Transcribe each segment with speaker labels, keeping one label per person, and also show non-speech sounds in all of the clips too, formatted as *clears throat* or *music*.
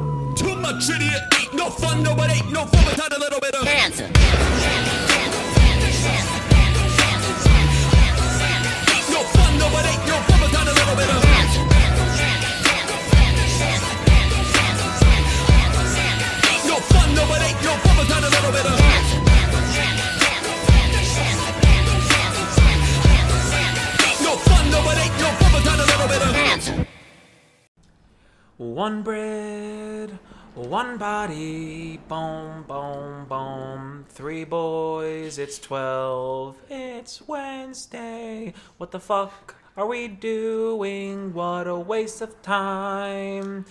Speaker 1: a trinity. Ain't no fun, no, but ain't no fun without a little bit of
Speaker 2: Dancer.
Speaker 1: Ain't no fun, no, but ain't no fun without a little bit of Ain't no fun, no, but ain't no fun without a little bit of Ain't no fun, no, but ain't no fun without a little bit of
Speaker 3: One bread, one body, boom, boom, boom. Three boys, it's 12, it's Wednesday. What the fuck are we doing? What a waste of time.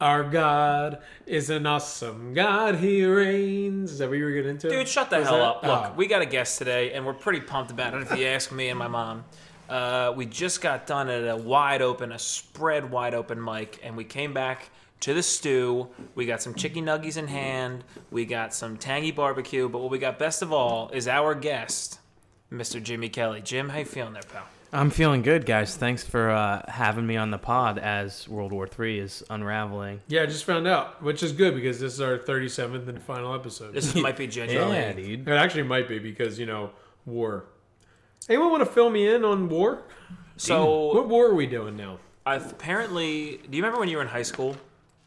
Speaker 4: Our God is an awesome God. He reigns. Is that what you were getting into?
Speaker 3: Dude, shut the
Speaker 4: Was
Speaker 3: hell
Speaker 4: that-
Speaker 3: up. Look,
Speaker 4: Oh.
Speaker 3: we got a guest today, and we're pretty pumped about it, if you ask me and my mom. Uh, we just got done at a wide open, a spread wide open mic, and we came back to the stew. We got some chicken nuggies in hand. We got some tangy barbecue. But what we got best of all is our guest, Mr. Jimmy Kelly. Jim, how you feeling there, pal?
Speaker 5: I'm feeling good, guys. Thanks for uh, having me on the pod as World War III is
Speaker 3: *laughs*
Speaker 5: unraveling.
Speaker 4: Yeah, I just found out, which is good because this is our 37th and final episode.
Speaker 3: This might
Speaker 4: *laughs*
Speaker 3: be genuine.
Speaker 5: Yeah, dude.
Speaker 4: It actually might be because, you know, war. Anyone want to fill me in on war?
Speaker 3: So
Speaker 4: What war are we doing now?
Speaker 3: I've apparently, do you remember when you were in high school?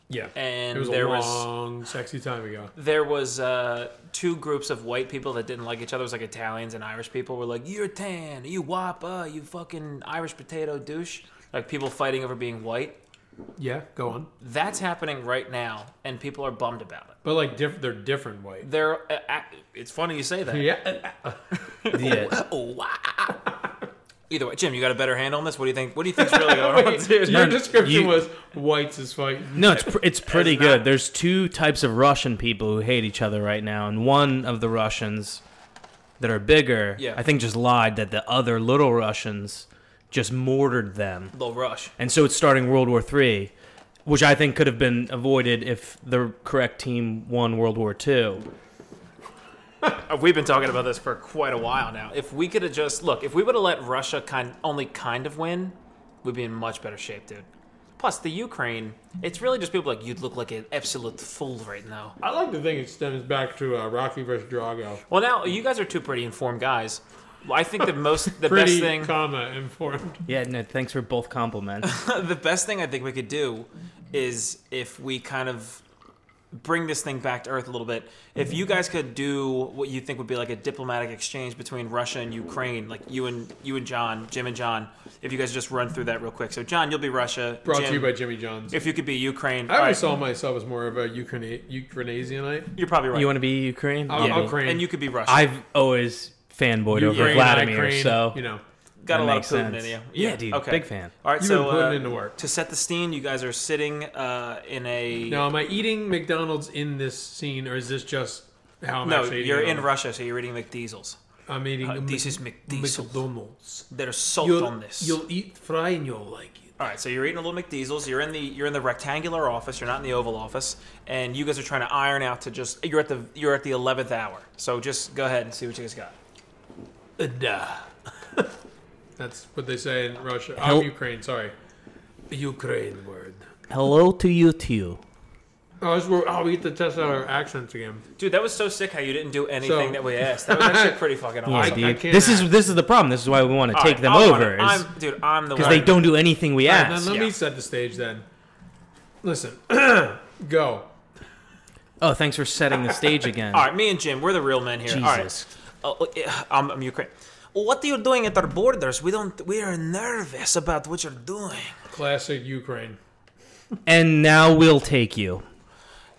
Speaker 4: Yeah.
Speaker 3: And
Speaker 4: it was
Speaker 3: there
Speaker 4: a
Speaker 3: was-
Speaker 4: long, sexy time ago.
Speaker 3: there was uh, two groups of white people that didn't like each other. It was like Italians and Irish people were like, "You're tan, you whopper, you fucking Irish potato douche." Like people fighting over being white.
Speaker 4: Yeah, go on.
Speaker 3: That's happening right now, and people are bummed about it.
Speaker 4: But, like, diff- they're different white.
Speaker 3: They're. Uh, ac- it's funny you say that.
Speaker 4: Yeah.
Speaker 5: Yeah.
Speaker 3: Oh, wow. Either way, Jim, you got a better handle on this. What do you think? What do you think's *laughs* really going on? *laughs* dude?
Speaker 4: *laughs* Your
Speaker 3: *laughs*
Speaker 4: description
Speaker 5: you-
Speaker 4: was whites is fighting.
Speaker 5: No, it's pr- it's pretty
Speaker 3: It's not-
Speaker 5: good. There's two types of Russian people who hate each other right now, and one of the Russians that are bigger,
Speaker 3: Yeah.
Speaker 5: I think, just lied that the other little Russians just mortared them,
Speaker 3: They'll rush.
Speaker 5: and so it's starting World War III, which I think could have been avoided if the correct team won World War II.
Speaker 3: Uh, We've been talking about this for quite a while now. If we could have just look, if we would have let Russia kind only kind of win, we'd be in much better shape, dude. Plus the Ukraine, it's really just people like you'd look like an absolute fool right now.
Speaker 4: I like to think it stems back to uh, Rocky versus Drago.
Speaker 3: Well, now you guys are two pretty informed guys. Well, I think the most the
Speaker 4: Pretty,
Speaker 3: best thing
Speaker 4: comma, informed.
Speaker 5: Yeah, no, thanks for both compliments.
Speaker 3: *laughs* the best thing I think we could do is if we kind of bring this thing back to earth a little bit. If you guys could do what you think would be like a diplomatic exchange between Russia and Ukraine, like you and you and John, Jim and John, if you guys just run through that real quick. So John, you'll be Russia.
Speaker 4: Brought
Speaker 3: Jim,
Speaker 4: to you by Jimmy John's.
Speaker 3: If you could be Ukraine,
Speaker 4: I
Speaker 3: all
Speaker 4: always
Speaker 3: right,
Speaker 4: saw myself as more of a Ukraine, Ukrainianite.
Speaker 3: you're probably right.
Speaker 5: You want to be Ukraine?
Speaker 4: I'll,
Speaker 3: Yeah.
Speaker 4: I'll crane.
Speaker 3: and you could be Russia. I've
Speaker 5: I've always fanboyed over
Speaker 4: Crane,
Speaker 5: Vladimir,
Speaker 4: I crane,
Speaker 5: so
Speaker 4: you know.
Speaker 3: got a
Speaker 5: that
Speaker 3: lot of
Speaker 5: makes
Speaker 3: Putin in
Speaker 5: sense.
Speaker 3: you.
Speaker 5: Yeah, dude, big fan.
Speaker 3: All right,
Speaker 4: You've
Speaker 3: so
Speaker 4: been putting
Speaker 3: uh,
Speaker 4: in the work.
Speaker 3: to set the scene, you guys are sitting uh, in a
Speaker 4: Now, am I eating McDonald's in this scene, or is this just how I'm
Speaker 3: no.
Speaker 4: actually eating?
Speaker 3: You're in
Speaker 4: it?
Speaker 3: Russia, so you're eating McDeezels.
Speaker 4: I'm eating. a
Speaker 3: this
Speaker 4: Mc-
Speaker 3: is McDiesel's.
Speaker 4: McDonald's.
Speaker 3: that are salt on this.
Speaker 4: you'll eat fry and you'll like it.
Speaker 3: All right, so you're eating a little McDeezels. You're in the you're in the rectangular office. You're not in the Oval Office, and you guys are trying to iron out to just you're at the you're at the eleventh hour. So just go ahead and see what you guys got.
Speaker 4: Uh, Duh. *laughs* That's what they say in Russia.
Speaker 5: Hel-
Speaker 4: I'm Ukraine. Sorry, Ukraine word.
Speaker 5: Hello to you too.
Speaker 4: Oh, this word, oh, we get to test out our accents again.
Speaker 3: Dude, that was so sick how you didn't do anything
Speaker 4: So-
Speaker 3: that we asked. That was
Speaker 4: *laughs*
Speaker 3: actually pretty fucking
Speaker 4: I-
Speaker 3: awesome.
Speaker 4: I can't
Speaker 5: this is
Speaker 4: act.
Speaker 5: this is the problem. This is why we want to
Speaker 3: All
Speaker 5: take
Speaker 3: right,
Speaker 5: them
Speaker 3: I'm on
Speaker 5: over
Speaker 3: it.
Speaker 5: is
Speaker 3: I'm, dude, I'm the
Speaker 5: because they don't do anything we
Speaker 4: Now,
Speaker 5: ask.
Speaker 4: let
Speaker 3: yeah.
Speaker 4: me set the stage then. Listen, *clears throat* go.
Speaker 5: Oh, thanks for setting the stage again.
Speaker 3: All right, me and Jim, we're the real men here.
Speaker 5: Jesus.
Speaker 3: All right, Uh, uh, I'm, I'm Ukraine. What are you doing at our borders? We don't. We are nervous about what you're doing.
Speaker 4: Classic Ukraine.
Speaker 5: And now we'll take you.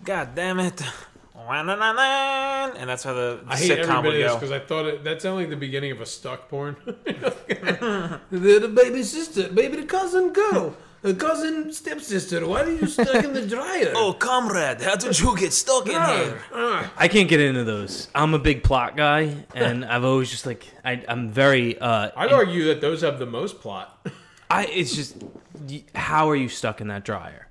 Speaker 3: God damn it. *laughs* Wa-na-na-na. And that's how the
Speaker 4: I hate every
Speaker 3: sitcom
Speaker 4: bit
Speaker 3: would
Speaker 4: of this
Speaker 3: go.
Speaker 4: because I thought it, that sounded like the beginning of a stuck porn. *laughs* the, the baby sister, baby the cousin girl, the cousin stepsister. Why are you stuck in the
Speaker 3: *laughs*
Speaker 4: dryer? Ah,
Speaker 3: Oh, comrade, how did you get stuck in here?
Speaker 5: I can't get into those. I'm a big plot guy, and I've always just like I, I'm very. Uh,
Speaker 4: I'd argue that those have the most plot. *laughs*
Speaker 5: I it's just y- how are you stuck in that dryer?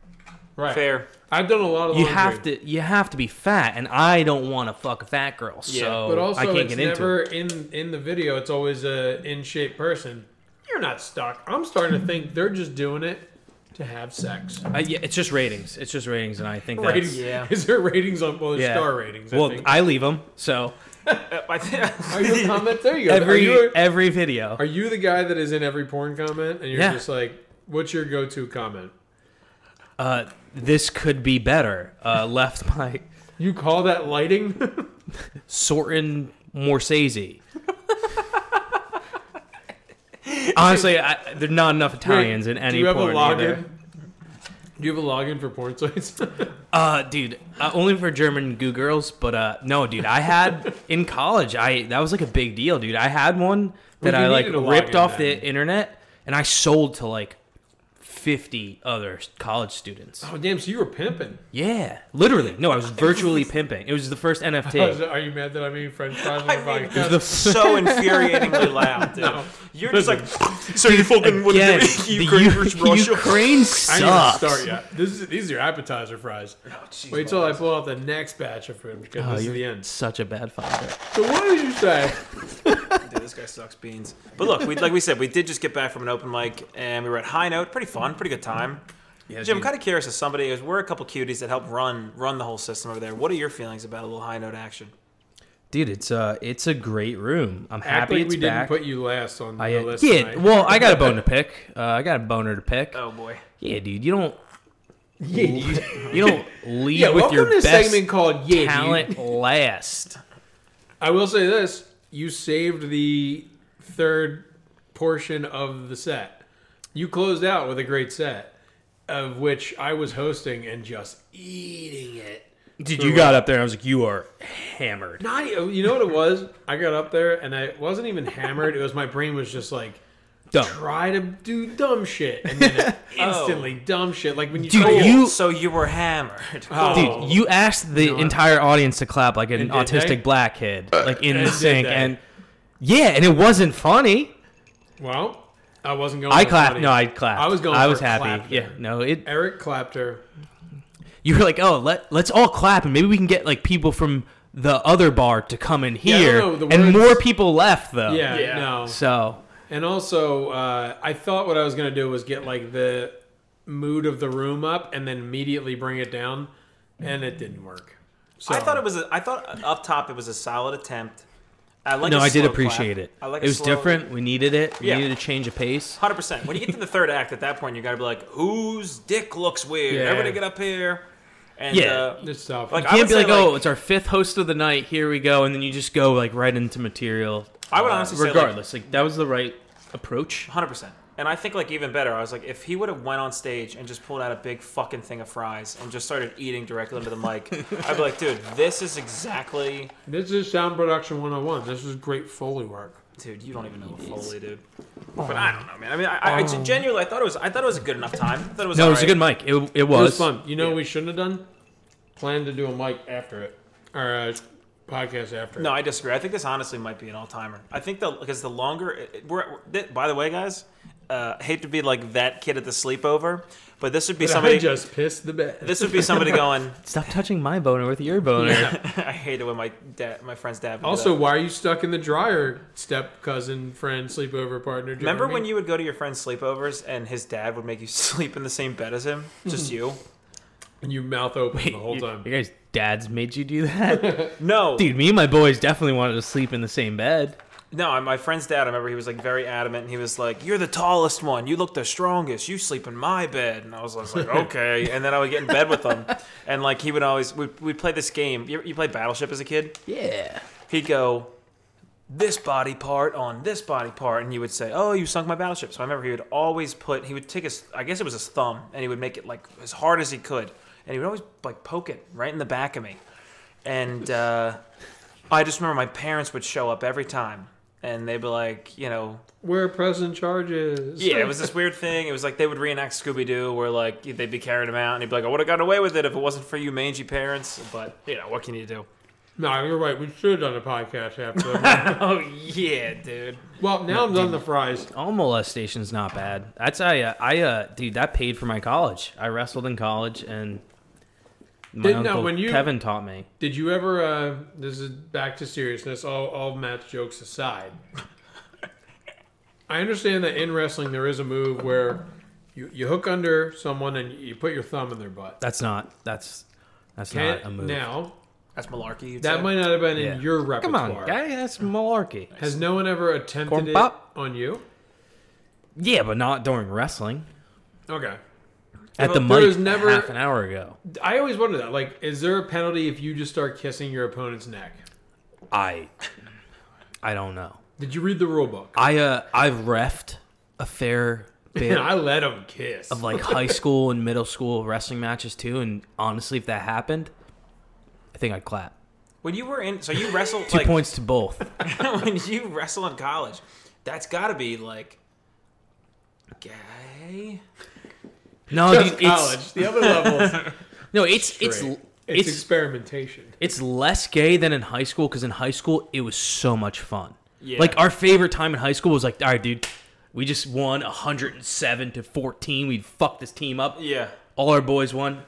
Speaker 4: Right.
Speaker 3: Fair.
Speaker 4: I've done a lot of
Speaker 5: You
Speaker 4: laundry.
Speaker 5: have to you have to be fat, and I don't want to fuck a fat girl. So
Speaker 4: But also,
Speaker 5: Oh, I can't
Speaker 4: it's
Speaker 5: get into it.
Speaker 4: never in in the video. It's always a in shape person. You're not stuck. I'm starting to think they're just doing it to have sex.
Speaker 5: Uh, yeah, it's just ratings. It's just ratings, and I think that's
Speaker 4: Ratings.
Speaker 3: Yeah.
Speaker 4: *laughs* Is there ratings on well, there's
Speaker 5: yeah.
Speaker 4: star ratings? I
Speaker 5: well,
Speaker 4: think.
Speaker 5: I leave them. So
Speaker 3: I think- *laughs*
Speaker 4: are you a comment? There
Speaker 5: *laughs*
Speaker 4: you go.
Speaker 5: every e-
Speaker 4: are, you,
Speaker 5: every video.
Speaker 4: are you the guy that is in every porn comment and you're
Speaker 5: Yeah.
Speaker 4: just like, what's your go-to comment?
Speaker 5: Uh, this could be better. Uh, *laughs* left by
Speaker 4: You call that lighting? *laughs*
Speaker 5: Sorten Morsese. Honestly, I, there are not enough Italians in any
Speaker 4: Do you have
Speaker 5: porn
Speaker 4: a login?
Speaker 5: either.
Speaker 4: Do you have a login for porn sites? *laughs*
Speaker 5: Uh, dude, uh, only for German goo girls, but uh, no, dude,
Speaker 4: *laughs*
Speaker 5: I had in college, I that was like a big deal, dude. I had one that
Speaker 4: Well, you
Speaker 5: I like
Speaker 4: needed a
Speaker 5: ripped
Speaker 4: login
Speaker 5: off
Speaker 4: then.
Speaker 5: the internet and I sold to like fifty other s- college students.
Speaker 4: oh damn! So you were pimping.
Speaker 5: Yeah, literally. No, I
Speaker 4: *laughs*
Speaker 5: was virtually pimping. It was the first
Speaker 4: I was-
Speaker 5: NFT.
Speaker 4: *laughs* Are you mad that I'm eating French
Speaker 5: *laughs*
Speaker 4: fries on the
Speaker 3: I mean,
Speaker 4: podcast?
Speaker 3: that's
Speaker 4: *laughs*
Speaker 3: so infuriatingly loud, dude. You're just like, so you fucking with *laughs*
Speaker 5: Yeah,
Speaker 3: the Ukraine versus
Speaker 5: U-
Speaker 3: Russia.
Speaker 5: *laughs* Ukraine
Speaker 4: I didn't even
Speaker 5: sucks.
Speaker 4: start yet. This is, these are your appetizer fries. Wait till I pull out the next batch of food because
Speaker 5: Oh,
Speaker 4: this is
Speaker 5: you're
Speaker 4: the end.
Speaker 5: such a bad finder.
Speaker 4: So what did you say?
Speaker 3: Dude, this guy sucks beans. But look, we, like we said, we did just get back from an open mic, and we were at High Note. Pretty fun, pretty good time. Jim, I'm kind of curious as somebody, as we're a couple cuties that help run run the whole system over there. What are your feelings about a little High Note action?
Speaker 5: Dude, it's uh, it's a great room. I'm
Speaker 4: Act
Speaker 5: happy
Speaker 4: like
Speaker 5: it's
Speaker 4: we
Speaker 5: back.
Speaker 4: didn't put you last on the
Speaker 5: I uh,
Speaker 4: list.
Speaker 5: yeah,
Speaker 4: tonight.
Speaker 5: well, I got
Speaker 4: *laughs*
Speaker 5: a bone to pick. Uh, I got a boner to pick.
Speaker 3: Oh boy,
Speaker 5: Yeah, dude, you don't
Speaker 4: yeah, you,
Speaker 5: you don't lead
Speaker 4: *laughs* yeah.
Speaker 5: with
Speaker 4: Welcome
Speaker 5: your
Speaker 4: to a
Speaker 5: best
Speaker 4: segment called Yeah. Dude. *laughs*
Speaker 5: talent last.
Speaker 4: I will say this: you saved the third portion of the set. You closed out with a great set, of which I was hosting and just eating it.
Speaker 5: Dude, you got up there. I was like, you are hammered.
Speaker 4: Not e- you know what it was? I got up there and I wasn't even hammered. It was my brain was just like
Speaker 5: Dumb.
Speaker 4: try to do dumb shit and then
Speaker 5: *laughs*
Speaker 4: it instantly dumb shit. Like when you
Speaker 5: Oh. Dude,
Speaker 4: try to-
Speaker 5: you-
Speaker 3: so you were *laughs* hammered.
Speaker 4: Oh.
Speaker 5: Dude, you asked the entire audience to clap like an
Speaker 4: And did
Speaker 5: autistic
Speaker 4: they?
Speaker 5: black kid, like in
Speaker 4: And
Speaker 5: the
Speaker 4: did
Speaker 5: sink,
Speaker 4: they?
Speaker 5: and yeah, and it wasn't funny.
Speaker 4: well, I wasn't going.
Speaker 5: I
Speaker 4: for
Speaker 5: clapped.
Speaker 4: funny.
Speaker 5: No, I clapped.
Speaker 4: I was going.
Speaker 5: I
Speaker 4: for
Speaker 5: was
Speaker 4: a
Speaker 5: happy.
Speaker 4: clap
Speaker 5: yeah.
Speaker 4: there.
Speaker 5: No, it.
Speaker 4: Eric Clapter.
Speaker 5: You were like, oh, let let's all clap, and maybe we can get like people from the other bar to come in
Speaker 4: I don't
Speaker 5: here,
Speaker 4: know, the
Speaker 5: and
Speaker 4: words-
Speaker 5: more people left though.
Speaker 4: Yeah,
Speaker 3: Yeah.
Speaker 4: no.
Speaker 5: So
Speaker 4: And also, uh, I thought what I was going to do was get like the mood of the room up and then immediately bring it down, and it didn't work. So
Speaker 3: I thought it was. A, I thought up top it was a solid attempt. I like.
Speaker 5: no,
Speaker 3: I
Speaker 5: I did appreciate it. it was different. We needed it. We
Speaker 3: Yeah.
Speaker 5: needed a change of pace.
Speaker 3: Hundred percent. When you get to the third act, at that point, you got to be like, "Whose dick looks weird?
Speaker 4: Yeah.
Speaker 3: Everybody get up here!" And
Speaker 5: Yeah.
Speaker 3: uh,
Speaker 4: It's tough.
Speaker 3: Like,
Speaker 5: You
Speaker 3: I would
Speaker 5: can't be
Speaker 3: say,
Speaker 5: like, oh,
Speaker 3: like-
Speaker 5: it's our fifth host of the night. Here we go, and then you just go like right into material.
Speaker 3: I would honestly say, like-
Speaker 5: regardless, like, that was the right approach.
Speaker 3: Hundred percent. And I think like even better, I was like, if he would have went on stage and just pulled out a big fucking thing of fries and just started eating directly into the
Speaker 5: *laughs*
Speaker 3: mic, I'd be like, dude, this is exactly,
Speaker 4: this is sound production 101. This is great foley work.
Speaker 3: dude, you don't even know what Foley, dude.
Speaker 5: Oh.
Speaker 3: But I don't know, man. I mean, I, I, I gen- genuinely, I thought it was, I thought it was a good enough time. I thought it was.
Speaker 5: No, it was a
Speaker 3: alright.
Speaker 5: good mic. It, it was.
Speaker 4: It was fun. You know, what we shouldn't have done. Plan to do a mic after it, or a podcast after. *laughs*
Speaker 3: No,
Speaker 4: it.
Speaker 3: I disagree. I think this honestly might be an all timer. I think the because the longer it- it- we're, we're th- by the way, guys, uh, hate to be like that kid at the sleepover, but this would be
Speaker 4: somebody
Speaker 3: somebody.
Speaker 4: just pissed the bed.
Speaker 3: *laughs* This would be somebody going. *laughs*
Speaker 5: Stop touching my boner with your boner.
Speaker 3: I hate it when my dad, my friend's dad. would do
Speaker 4: also,
Speaker 3: that.
Speaker 4: why are you stuck in the dryer? Step cousin, friend, sleepover partner. do you know
Speaker 3: remember
Speaker 4: what I
Speaker 3: when
Speaker 4: mean?
Speaker 3: you would go to your friend's sleepovers and his dad would make you *laughs* sleep in the same bed as him, just you?
Speaker 4: and you mouth open
Speaker 5: *laughs*
Speaker 4: the whole
Speaker 5: You-
Speaker 4: time?
Speaker 5: Your guys' dads made you do that,
Speaker 3: No,
Speaker 5: dude. Me and my boys definitely wanted to sleep in the same bed.
Speaker 3: no. My friend's dad. I remember he was like very adamant. And he was like, "You're the tallest one. You look the strongest. You sleep in my bed." And I was, I was like, "Okay." And then I would get in bed with him, and like he would always we'd, we'd play this game. You, you play Battleship as a kid?
Speaker 5: Yeah.
Speaker 3: He'd go. This body part on this body part, and you would say, "Oh, you sunk my battleship." So I remember he would always put he would take his I guess it was his thumb, and he would make it like as hard as he could, and he would always like poke it right in the back of me, and uh, I just remember my parents would show up every time, and they'd be like, you know,
Speaker 4: Where present charges?
Speaker 3: yeah, it was this weird thing. It was like they would reenact Scooby Doo, where like they'd be carrying him out, and he'd be like, "I would have gotten away with it if it wasn't for you mangy parents." But you know, what can you do? *laughs*
Speaker 4: No, you're right. We should have done a
Speaker 3: *laughs*
Speaker 4: podcast after.
Speaker 3: Oh yeah, dude.
Speaker 4: well, now I'm done the fries.
Speaker 5: All molestation's not bad. That's I uh, I uh dude that paid for my college. I wrestled in college and my
Speaker 4: Didn't- no,
Speaker 5: uncle
Speaker 4: when you-
Speaker 5: Kevin taught me.
Speaker 4: Did you ever? Uh, this is back to seriousness. All all match jokes aside. I understand that in wrestling there is a move where You, you hook under someone and you put your thumb in their butt.
Speaker 5: That's not. That's that's
Speaker 4: Can't-
Speaker 5: not a move.
Speaker 4: Now,
Speaker 3: That's malarkey. You'd
Speaker 4: that
Speaker 3: say?
Speaker 4: might not have been
Speaker 5: Yeah.
Speaker 4: in your
Speaker 5: Come
Speaker 4: repertoire.
Speaker 5: on, guy. That's malarkey.
Speaker 4: Has no one ever
Speaker 5: Corn
Speaker 4: attempted it
Speaker 5: pop?
Speaker 4: on you?
Speaker 5: Yeah, but not during wrestling.
Speaker 4: Okay.
Speaker 5: At the
Speaker 4: but there
Speaker 5: mic
Speaker 4: was never-
Speaker 5: half an hour ago.
Speaker 4: I always wondered that. Like, is there a penalty if you just start kissing your opponent's neck?
Speaker 5: I I don't know.
Speaker 4: Did you read the rule book?
Speaker 5: I uh I've refed a
Speaker 4: *laughs*
Speaker 5: fair bit
Speaker 4: I let him kiss.
Speaker 5: of like high school and middle school wrestling matches too, and honestly, if that happened, I think I'd clap.
Speaker 3: When you were in, so you wrestled
Speaker 5: *laughs* Two
Speaker 3: like
Speaker 5: points to both.
Speaker 3: *laughs* when you wrestle in college, that's got to be like gay.
Speaker 5: No,
Speaker 4: Just
Speaker 5: dude, it's
Speaker 4: college. The other
Speaker 5: *laughs*
Speaker 4: levels.
Speaker 5: no, it's it's
Speaker 4: great. It's,
Speaker 5: it's it's,
Speaker 4: experimentation.
Speaker 5: less gay than in high school because in high school it was so much fun.
Speaker 3: Yeah.
Speaker 5: Like our favorite time in high school was like, all right, dude, we just won 107 to 14. We fucked this team up.
Speaker 3: Yeah.
Speaker 5: all our boys won.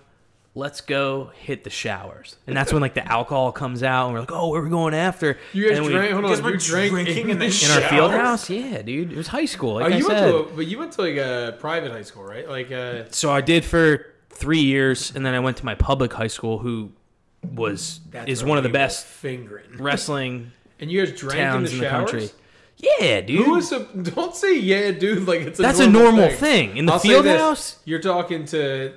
Speaker 5: Let's go hit the showers, and that's when like the alcohol comes out, and we're like, "Oh, where are we going after?"
Speaker 4: You guys
Speaker 5: and we-
Speaker 4: drank. Hold on.
Speaker 3: because we're
Speaker 4: You drank
Speaker 3: drinking
Speaker 4: in,
Speaker 3: in the
Speaker 4: the
Speaker 5: *laughs* in our
Speaker 3: shower.
Speaker 5: field
Speaker 3: Showers?
Speaker 5: house. Yeah, dude, it was high school. Like
Speaker 4: Oh,
Speaker 5: I
Speaker 4: you went
Speaker 5: said,
Speaker 4: to a, but you went to like a private high school, right? Like uh
Speaker 5: so I did for three years, and then I went to my public high school, who was is
Speaker 4: where
Speaker 5: one of the
Speaker 4: we were
Speaker 5: best
Speaker 4: fingering.
Speaker 5: wrestling
Speaker 4: And you guys drank in the
Speaker 5: towns in the
Speaker 4: showers.
Speaker 5: country. Yeah, dude.
Speaker 4: Who is a, don't say yeah, dude. Like it's a
Speaker 5: That's a
Speaker 4: normal
Speaker 5: normal
Speaker 4: thing.
Speaker 5: thing. In the
Speaker 4: I'll say
Speaker 5: field
Speaker 4: this,
Speaker 5: house?
Speaker 4: You're talking to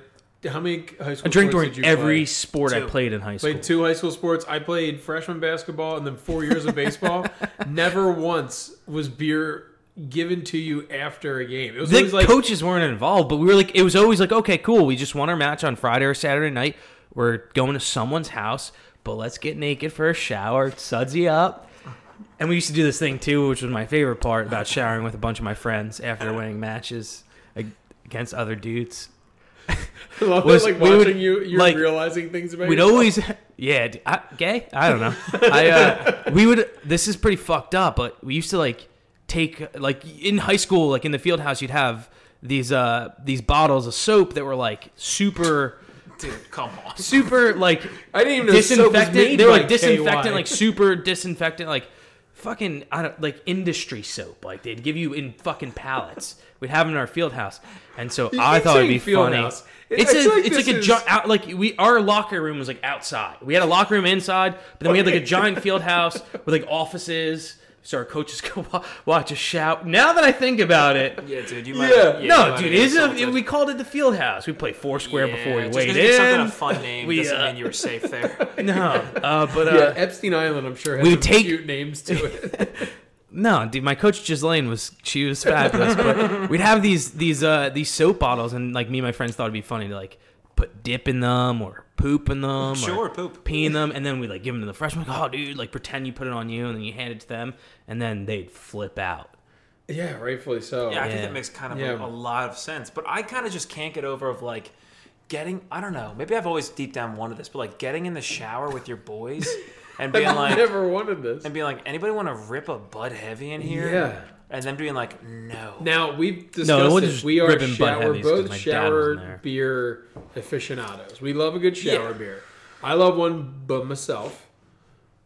Speaker 4: how many high school?
Speaker 5: I drank
Speaker 4: sports did
Speaker 5: during
Speaker 4: you
Speaker 5: every
Speaker 4: Play?
Speaker 5: sport I
Speaker 3: Two.
Speaker 5: played in high school.
Speaker 4: Played two high school sports. I played freshman basketball and then four years of
Speaker 5: *laughs*
Speaker 4: baseball. Never once was beer given to you after a game. It was
Speaker 5: the
Speaker 4: always like
Speaker 5: coaches weren't involved, but we were like, it was always like, okay, cool. We just won our match on Friday or Saturday night. We're going to someone's house, but let's get naked for a shower, sudsy up. And we used to do this thing too, which was my favorite part about showering with a bunch of my friends after winning matches ag- against other dudes.
Speaker 4: *laughs* I love
Speaker 5: was-
Speaker 4: it, like
Speaker 5: we would-
Speaker 4: watching you. You're
Speaker 5: like,
Speaker 4: realizing things about.
Speaker 5: We'd
Speaker 4: yourself.
Speaker 5: always, yeah, d I gay. I don't know.
Speaker 4: *laughs*
Speaker 5: I uh, we would. This is pretty fucked up, but we used to like take like in high school, like in the field house, you'd have these uh these bottles of soap that were like super
Speaker 3: Dude, come on.
Speaker 5: super like
Speaker 4: I didn't even know soap was
Speaker 5: disinfectant.
Speaker 4: made
Speaker 5: they were
Speaker 4: by
Speaker 5: like disinfectant,
Speaker 4: KY.
Speaker 5: like super disinfectant, like fucking I don't like industry soap. Like they'd give you in fucking pallets. We'd have them in our field house, and so I
Speaker 4: keep
Speaker 5: thought it'd
Speaker 4: saying
Speaker 5: be
Speaker 4: field
Speaker 5: funny.
Speaker 4: house. It-
Speaker 5: It's
Speaker 4: I
Speaker 5: a,
Speaker 4: feel like
Speaker 5: it's
Speaker 4: this
Speaker 5: like a
Speaker 4: is-
Speaker 5: gi- out, like we our locker room was like outside. We had a locker room inside, but then we had like a giant field house
Speaker 3: *laughs*
Speaker 5: with like offices. So our coaches *laughs* could wa- watch us shout. Now that I think about it,
Speaker 3: Yeah, dude, you might.
Speaker 4: Yeah.
Speaker 3: you
Speaker 5: no,
Speaker 3: might
Speaker 5: dude,
Speaker 3: get
Speaker 5: it's a,
Speaker 3: assaulted.
Speaker 5: we called it the field house. We played four square
Speaker 3: Yeah,
Speaker 5: before we
Speaker 3: just 'cause
Speaker 5: weighed
Speaker 3: you give
Speaker 5: in.
Speaker 3: something a
Speaker 5: *laughs*
Speaker 3: fun name
Speaker 5: We,
Speaker 3: doesn't
Speaker 5: uh,
Speaker 3: mean you were safe
Speaker 5: *laughs*
Speaker 3: there.
Speaker 5: No,
Speaker 3: *laughs*
Speaker 5: uh, but uh,
Speaker 4: Yeah, Epstein Island, I'm sure, has
Speaker 5: we
Speaker 4: some
Speaker 5: would take-
Speaker 4: cute names to
Speaker 5: *laughs*
Speaker 4: it.
Speaker 5: No, dude, my coach Ghislaine was she was fabulous.
Speaker 3: *laughs*
Speaker 5: but we'd have these these uh these soap bottles, and like me and my friends thought it'd be funny to like put dip in them or poop in them,
Speaker 3: Sure,
Speaker 5: or
Speaker 3: poop.
Speaker 5: pee in them, and then we like give them to the freshman. Like, oh, dude, like pretend you put it on you, and then you hand it to them, and then they'd flip out.
Speaker 4: yeah, rightfully so.
Speaker 3: Yeah, I think
Speaker 5: Yeah.
Speaker 3: that makes kind of
Speaker 4: Yeah.
Speaker 3: a, a lot of sense. But I kind of just can't get over of like getting. I don't know. Maybe I've always deep down wanted this, but like getting in the shower with your boys and
Speaker 5: *laughs*
Speaker 3: being
Speaker 4: I
Speaker 3: like,
Speaker 4: never wanted this.
Speaker 3: and being like, anybody want to rip a butt heavy in here?
Speaker 4: Yeah.
Speaker 3: And then being like, no.
Speaker 4: Now we've discussed
Speaker 5: No, it wasn't
Speaker 4: this. We are
Speaker 5: ribbon butt
Speaker 4: shower, we're
Speaker 5: heavies 'cause
Speaker 4: both
Speaker 5: my dad wasn't
Speaker 4: shower
Speaker 5: there.
Speaker 4: beer aficionados. We love a good shower
Speaker 3: Yeah.
Speaker 4: beer. I love one but myself,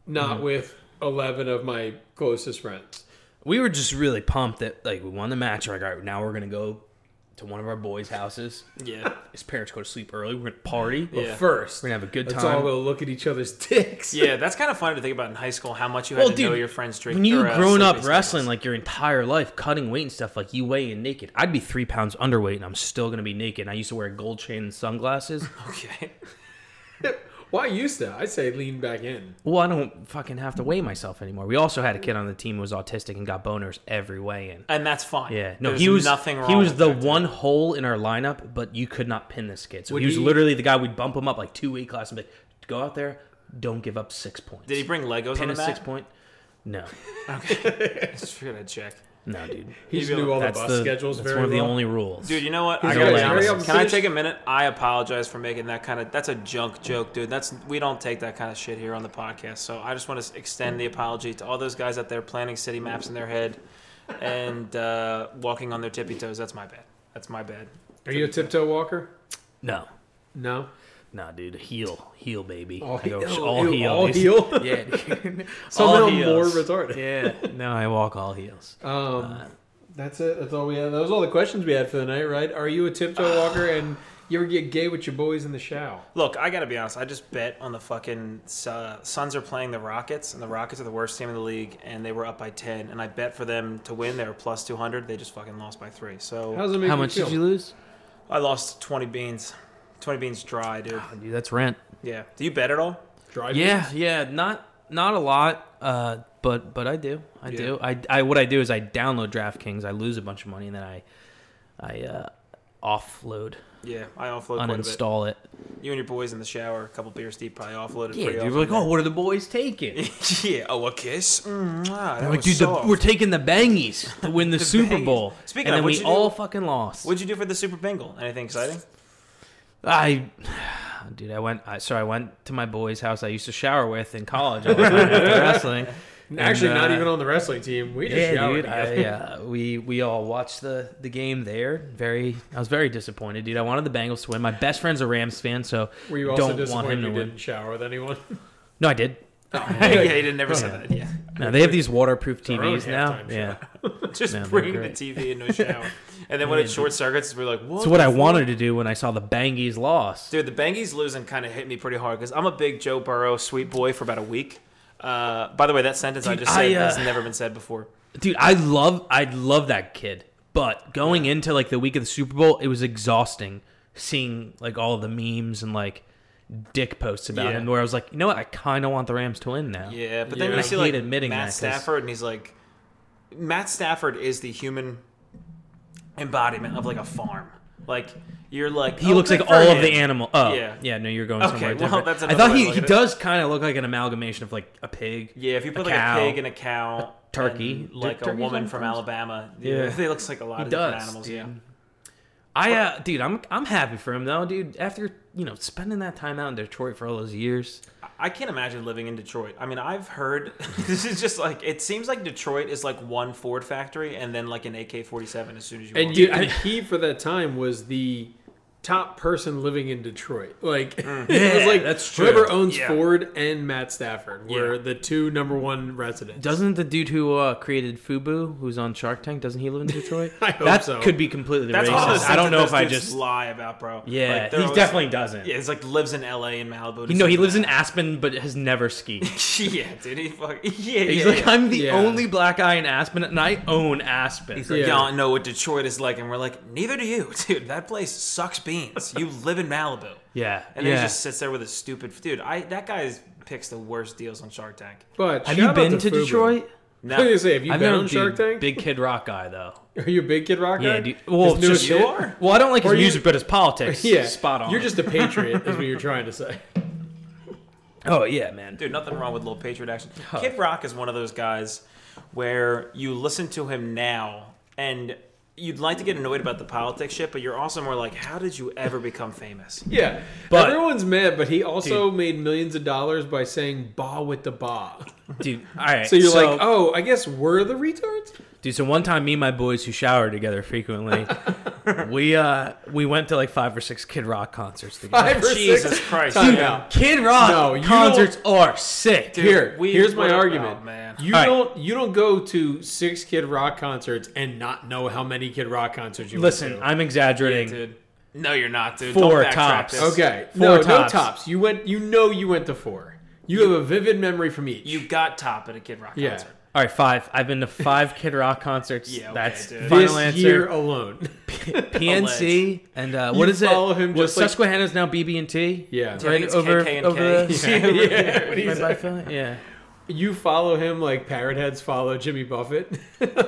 Speaker 4: not
Speaker 5: Mm-hmm.
Speaker 4: with eleven of my closest friends.
Speaker 5: We were just really pumped that like we won the match. We're like, all right, now we're gonna go to one of our boys' houses.
Speaker 3: Yeah.
Speaker 5: His parents go to sleep early. We're gonna party.
Speaker 3: Yeah.
Speaker 4: First,
Speaker 5: We're gonna have a good
Speaker 4: let's
Speaker 5: time.
Speaker 4: all go look at each other's dicks.
Speaker 3: *laughs* Yeah, that's kind of funny to think about in high school how much you had to know your friends drink.
Speaker 5: When you
Speaker 3: or, uh,
Speaker 5: grown up
Speaker 3: sleeping
Speaker 5: wrestling
Speaker 3: styles.
Speaker 5: like your entire life, cutting weight and stuff, like you weigh in naked. I'd be three pounds underweight and I'm still gonna be naked. And I used to wear a gold chain
Speaker 3: *laughs*
Speaker 5: and sunglasses.
Speaker 3: *laughs* okay,
Speaker 4: Why used to? I say lean back in.
Speaker 5: well, I don't fucking have to weigh myself anymore. We also had a kid on the team who was autistic and got boners every weigh in.
Speaker 3: and that's fine.
Speaker 5: Yeah, no,
Speaker 3: There's
Speaker 5: he was
Speaker 3: nothing wrong.
Speaker 5: He was
Speaker 3: with
Speaker 5: the
Speaker 3: that.
Speaker 5: one hole in our lineup, but you could not pin this kid. So
Speaker 4: Would
Speaker 5: he was
Speaker 4: he-
Speaker 5: literally the guy we'd bump him up like two weight class and be like, "Go out there, don't give up six points."
Speaker 3: Did he bring Legos
Speaker 5: pin
Speaker 3: on
Speaker 5: a
Speaker 3: the mat?
Speaker 5: six point? No,
Speaker 3: I *laughs* just figured I'd check.
Speaker 5: no,
Speaker 4: *laughs*
Speaker 5: dude.
Speaker 4: He just
Speaker 3: Maybe
Speaker 4: knew all the
Speaker 5: That's
Speaker 4: bus
Speaker 5: the
Speaker 4: schedules
Speaker 5: that's
Speaker 4: very
Speaker 5: one of the
Speaker 4: well.
Speaker 5: only rules.
Speaker 3: Dude, you know what?
Speaker 5: He's
Speaker 3: I
Speaker 5: a
Speaker 3: gotta be
Speaker 5: legend.
Speaker 3: honest.
Speaker 5: Hurry up and
Speaker 3: Can I
Speaker 4: finish.
Speaker 3: take a minute? I apologize for making that kind of. That's a junk joke, dude. That's we don't take that kind of shit here on the podcast. So I just want to extend the apology to all those guys out there planning city maps in their head and uh, walking on their tippy toes. That's my bad. That's my bad.
Speaker 4: Are you a tiptoe walker?
Speaker 5: no.
Speaker 4: No.
Speaker 5: Nah, dude, heel, heel, baby.
Speaker 4: All *laughs*
Speaker 5: I go
Speaker 4: heel.
Speaker 5: sh- all
Speaker 4: Ew,
Speaker 5: heel.
Speaker 4: all
Speaker 5: dude. *laughs*
Speaker 4: heel?
Speaker 5: yeah, dude.
Speaker 4: *laughs* Somehow
Speaker 5: All
Speaker 4: more
Speaker 5: heels.
Speaker 4: retarded.
Speaker 5: Yeah. No, I walk all heels.
Speaker 4: Um, That's it. That's all we had. That was all the questions we had for the night, right? Are you a
Speaker 5: Uh,
Speaker 4: tiptoe walker and you ever get gay with your boys in the shower?
Speaker 3: Look, I gotta be honest. I just bet on the fucking uh, Suns are playing the Rockets, and the Rockets are the worst team in the league, and they were up by ten, and I bet for them to win. They were plus two hundred. They just fucking lost by three. So
Speaker 4: How does it make
Speaker 5: How
Speaker 4: you
Speaker 5: much
Speaker 4: feel?
Speaker 5: did you lose?
Speaker 3: I lost twenty beans, twenty beans dry, dude.
Speaker 5: Oh, dude, that's rent.
Speaker 3: Yeah. Do you bet at all?
Speaker 4: Dry
Speaker 5: Yeah, yeah, not not a lot, uh, but but I do, I
Speaker 3: Yeah.
Speaker 5: do. I, I what I do is I download DraftKings, I lose a bunch of money, and then I I uh, offload,
Speaker 3: Yeah, I offload quite a bit.
Speaker 5: uninstall it.
Speaker 3: You and your boys in the shower, a couple beers deep, probably offloaded.
Speaker 5: Yeah,
Speaker 3: pretty
Speaker 5: dude, we're like, oh, what are the boys
Speaker 3: *laughs*
Speaker 5: taking?
Speaker 3: often. yeah. Oh, a kiss. Mm, ah, that
Speaker 5: Like,
Speaker 3: was
Speaker 5: dude, the,
Speaker 3: soft.
Speaker 5: we're taking the bangies
Speaker 3: *laughs*
Speaker 5: to win the, Super
Speaker 3: bangies.
Speaker 5: Bowl.
Speaker 3: Speaking
Speaker 5: and
Speaker 3: of,
Speaker 5: then
Speaker 3: what'd you
Speaker 5: we
Speaker 3: do-
Speaker 5: all fucking lost.
Speaker 3: What'd you do for the Super Bingle? Anything
Speaker 5: *laughs*
Speaker 3: exciting?
Speaker 5: I, *sighs* dude, I went. I, so I went to my boy's house. I used to shower with in college. I
Speaker 3: *laughs*
Speaker 5: was after wrestling.
Speaker 4: beans. Actually,
Speaker 5: And,
Speaker 4: not
Speaker 5: uh,
Speaker 4: even on the wrestling team. We just
Speaker 5: Yeah,
Speaker 4: showered
Speaker 5: dude.
Speaker 4: together.
Speaker 5: I, uh, we we all watched the the game there. Very, I was very disappointed, dude. I wanted the Bengals to win. My best friend's a Rams fan, so
Speaker 4: Were you also
Speaker 5: don't want him
Speaker 4: disappointed
Speaker 5: to
Speaker 4: you
Speaker 5: win.
Speaker 4: didn't shower with
Speaker 5: *laughs*
Speaker 4: anyone?
Speaker 5: No, I did.
Speaker 3: Oh, yeah, you didn't never say that. Yeah. *laughs*
Speaker 5: No, they have these waterproof
Speaker 4: our own
Speaker 5: TVs now.
Speaker 4: halftime *laughs*
Speaker 5: Yeah,
Speaker 3: Just
Speaker 5: No, they're
Speaker 3: bring the
Speaker 5: great.
Speaker 3: TV into a
Speaker 5: *laughs*
Speaker 3: shower. And then when it short circuits, we're like, what?
Speaker 5: so what
Speaker 3: the
Speaker 5: I
Speaker 3: fuck?
Speaker 5: wanted to do when I saw the Bangies lost.
Speaker 3: Dude, the Bengies losing kind of hit me pretty hard because I'm a big Joe Burrow sweet boy for about a week. Uh, by the way, that sentence I
Speaker 5: Dude,
Speaker 3: just said
Speaker 5: I, uh,
Speaker 3: has never been said before.
Speaker 5: Dude, I love I love that kid. But going into like the week of the Super Bowl, it was exhausting seeing like all the memes and like dick posts about
Speaker 3: Yeah.
Speaker 5: him where I was like, you know what, I kinda want the Rams to win now.
Speaker 3: Yeah, but then
Speaker 4: Yeah.
Speaker 3: you
Speaker 4: I
Speaker 3: see
Speaker 5: hate
Speaker 3: like
Speaker 5: admitting that
Speaker 3: Matt
Speaker 5: 'cause-
Speaker 3: Stafford, and he's like, Matt Stafford is the human embodiment of like a farm. Like you're like
Speaker 5: He
Speaker 3: oh,
Speaker 5: looks
Speaker 3: good
Speaker 5: like
Speaker 3: for
Speaker 5: all of the
Speaker 3: him.
Speaker 5: animal. Oh,
Speaker 3: Yeah.
Speaker 5: yeah, yeah. No, you're going
Speaker 3: Okay,
Speaker 5: somewhere
Speaker 3: well,
Speaker 5: different.
Speaker 3: that's
Speaker 5: I
Speaker 3: another
Speaker 5: thought
Speaker 3: way to
Speaker 5: he,
Speaker 3: look
Speaker 5: he
Speaker 3: at it.
Speaker 5: does kind of look like an amalgamation of like a pig.
Speaker 3: Yeah, if you put
Speaker 5: a
Speaker 3: like
Speaker 5: cow.
Speaker 3: a pig and a cow,
Speaker 5: turkey.
Speaker 3: and, like
Speaker 5: Do
Speaker 3: a
Speaker 5: turkeys
Speaker 3: woman
Speaker 5: have
Speaker 3: from
Speaker 5: farms?
Speaker 3: Alabama, yeah, *laughs*
Speaker 5: Yeah.
Speaker 3: he looks like a lot of different
Speaker 5: does,
Speaker 3: animals.
Speaker 5: dude.
Speaker 3: Yeah,
Speaker 5: I uh, dude, I'm I'm happy for him though, dude. After you know spending that time out in Detroit for all those years,
Speaker 3: I can't imagine living in Detroit. I mean, I've heard *laughs* this is just like it seems like Detroit is like one Ford factory and then like an AK-47 as soon as you.
Speaker 4: And
Speaker 3: walk
Speaker 4: you,
Speaker 3: in.
Speaker 4: and he for that time was the top person living in Detroit. Like *laughs* it was
Speaker 5: Mm. Yeah,
Speaker 4: like
Speaker 5: that's
Speaker 4: whoever
Speaker 5: true.
Speaker 4: owns
Speaker 3: Yeah.
Speaker 4: Ford and Matt Stafford were
Speaker 3: Yeah.
Speaker 4: the two number one residents.
Speaker 5: doesn't the dude who uh, created Fubu, who's on Shark Tank, doesn't he live in
Speaker 3: *laughs*
Speaker 5: Detroit?
Speaker 4: I hope
Speaker 5: that
Speaker 4: so.
Speaker 5: could be completely
Speaker 3: that's all those
Speaker 5: racist. I
Speaker 3: things
Speaker 5: don't
Speaker 3: that
Speaker 5: know
Speaker 3: those
Speaker 5: if I
Speaker 3: dudes
Speaker 5: just
Speaker 3: lie about, bro.
Speaker 5: yeah,
Speaker 3: Like,
Speaker 5: he
Speaker 3: they're always-
Speaker 5: definitely doesn't.
Speaker 3: Yeah, he's like lives in LA and Malibu.
Speaker 5: You
Speaker 3: No,
Speaker 5: know, he lives in Aspen, but has never skied.
Speaker 3: *laughs* yeah, dude. He fuck. *laughs* Yeah,
Speaker 5: He's
Speaker 3: yeah,
Speaker 5: like,
Speaker 3: yeah.
Speaker 5: I'm the
Speaker 4: Yeah.
Speaker 5: only black guy in Aspen, and I own Aspen.
Speaker 3: He's like,
Speaker 4: Yeah.
Speaker 3: y'all know what Detroit is like, and we're like, neither do you, *laughs* dude. That place sucks beans.
Speaker 5: *laughs*
Speaker 3: You live in Malibu.
Speaker 5: yeah,
Speaker 3: And
Speaker 5: yeah.
Speaker 3: then he just sits there with his stupid dude. I that guy is, picks the worst deals on Shark
Speaker 5: *laughs*
Speaker 3: Tank.
Speaker 4: But shout
Speaker 5: Have you
Speaker 4: out
Speaker 5: been to,
Speaker 4: Fubu.
Speaker 5: Detroit?
Speaker 4: I was gonna say, have you
Speaker 5: I've
Speaker 4: been
Speaker 5: never
Speaker 4: on Shark
Speaker 5: been
Speaker 4: Tank?
Speaker 5: a Big Kid Rock guy though.
Speaker 4: Are you a big Kid Rock
Speaker 5: Yeah,
Speaker 4: guy?
Speaker 5: dude. Well,
Speaker 4: His newest
Speaker 5: just
Speaker 4: shit?
Speaker 3: You are.
Speaker 5: Well, I don't like his
Speaker 4: Or you-
Speaker 5: music, but his
Speaker 4: *laughs*
Speaker 5: politics.
Speaker 4: Yeah,
Speaker 5: spot on.
Speaker 4: You're just a patriot, is what you're trying to say.
Speaker 5: oh yeah, man.
Speaker 3: Dude, nothing wrong with Little Patriot
Speaker 5: *laughs*
Speaker 3: Action. Kid Rock is one of those guys where you listen to him now and you'd like to get annoyed about the politics shit, but you're also more like, how did you ever become famous?
Speaker 4: Yeah,
Speaker 5: But-
Speaker 4: everyone's mad, but he also made millions of dollars by saying "ba" with the "ba."
Speaker 5: Dude, all right.
Speaker 4: So you're like, oh, I guess we're the retards.
Speaker 5: Dude, so one time, me and my boys who shower
Speaker 4: *laughs*
Speaker 5: together frequently, we uh we went to like five or six Kid Rock concerts together.
Speaker 4: Five or
Speaker 3: Jesus
Speaker 4: six?
Speaker 3: Christ,
Speaker 4: Time
Speaker 3: yeah.
Speaker 4: out.
Speaker 5: Kid Rock
Speaker 4: No, you
Speaker 5: concerts are sick.
Speaker 3: Dude,
Speaker 4: Here,
Speaker 3: we-
Speaker 4: here's my
Speaker 3: what-
Speaker 4: argument.
Speaker 3: oh, man.
Speaker 4: You
Speaker 5: All right.
Speaker 4: don't you don't go to six Kid Rock concerts and not know how many Kid Rock concerts you
Speaker 5: Listen,
Speaker 4: Went to.
Speaker 5: I'm exaggerating.
Speaker 3: Dude. No, you're not, dude.
Speaker 5: Four
Speaker 3: Don't backtrack
Speaker 5: tops.
Speaker 3: this.
Speaker 4: okay,
Speaker 5: Four
Speaker 4: no,
Speaker 5: tops.
Speaker 4: no tops. You went. You know you went to four. You have a vivid memory from each.
Speaker 3: You got top at a Kid Rock
Speaker 4: Yeah.
Speaker 3: concert.
Speaker 5: all right, five. I've been to five Kid Rock concerts.
Speaker 3: Yeah, okay,
Speaker 5: That's
Speaker 3: dude.
Speaker 5: final
Speaker 4: this
Speaker 5: answer.
Speaker 4: year
Speaker 5: *laughs*
Speaker 4: alone.
Speaker 5: PNC and uh, what
Speaker 4: You
Speaker 5: is it?
Speaker 4: follow him
Speaker 5: Well,
Speaker 4: just like-
Speaker 5: Susquehanna's now BB and T.
Speaker 4: Yeah.
Speaker 3: I think
Speaker 5: right
Speaker 3: it's
Speaker 5: over
Speaker 3: KK and K.
Speaker 5: over the-
Speaker 3: *laughs* Yeah.
Speaker 4: yeah, what do you
Speaker 5: right
Speaker 4: say?
Speaker 5: by Philly? Yeah.
Speaker 4: You follow him like parrot heads follow Jimmy Buffett.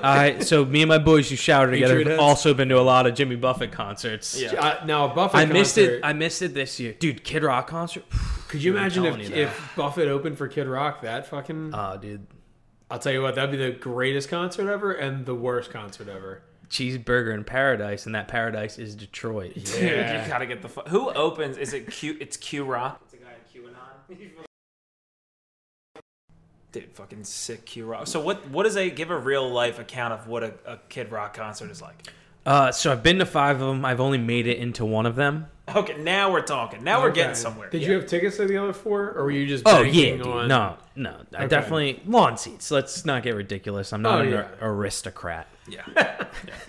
Speaker 5: I so me and my boys who showered together
Speaker 4: Patriot
Speaker 5: have
Speaker 4: heads.
Speaker 5: also been to a lot of Jimmy Buffett concerts.
Speaker 3: Yeah.
Speaker 4: *laughs* uh, now a Buffett.
Speaker 5: I missed
Speaker 4: concert-
Speaker 5: it. I missed it this year, dude. Kid Rock concert. *sighs*
Speaker 4: Could you
Speaker 5: I'm
Speaker 4: imagine if,
Speaker 5: telling you that.
Speaker 4: if Buffett opened for Kid Rock? That fucking.
Speaker 5: Oh, dude,
Speaker 4: I'll tell you what. That'd be the greatest concert ever and the worst concert ever.
Speaker 5: cheeseburger in paradise, and that paradise is Detroit.
Speaker 3: Dude,
Speaker 4: Yeah.
Speaker 3: you gotta get the fu- Who opens? Is it Q? It's Q Rock. It's a guy at QAnon. *laughs* Dude, fucking sick Q Rock. So what? What is a give a real life account of what a, a Kid Rock concert is like?
Speaker 5: Uh, so I've been to five of them. I've only made it into one of them.
Speaker 3: Okay, now we're talking. Now we're getting
Speaker 4: Okay.
Speaker 3: somewhere.
Speaker 4: Did
Speaker 3: Yeah.
Speaker 4: you
Speaker 3: *laughs*
Speaker 4: have tickets to the other four, or were you just?
Speaker 5: Oh yeah,
Speaker 4: banking
Speaker 5: dude.
Speaker 4: on-
Speaker 5: no, no, I
Speaker 4: Okay.
Speaker 5: definitely lawn seats. Let's not get ridiculous. I'm not
Speaker 4: Oh,
Speaker 5: an
Speaker 4: yeah.
Speaker 5: aristocrat *laughs*
Speaker 3: Yeah.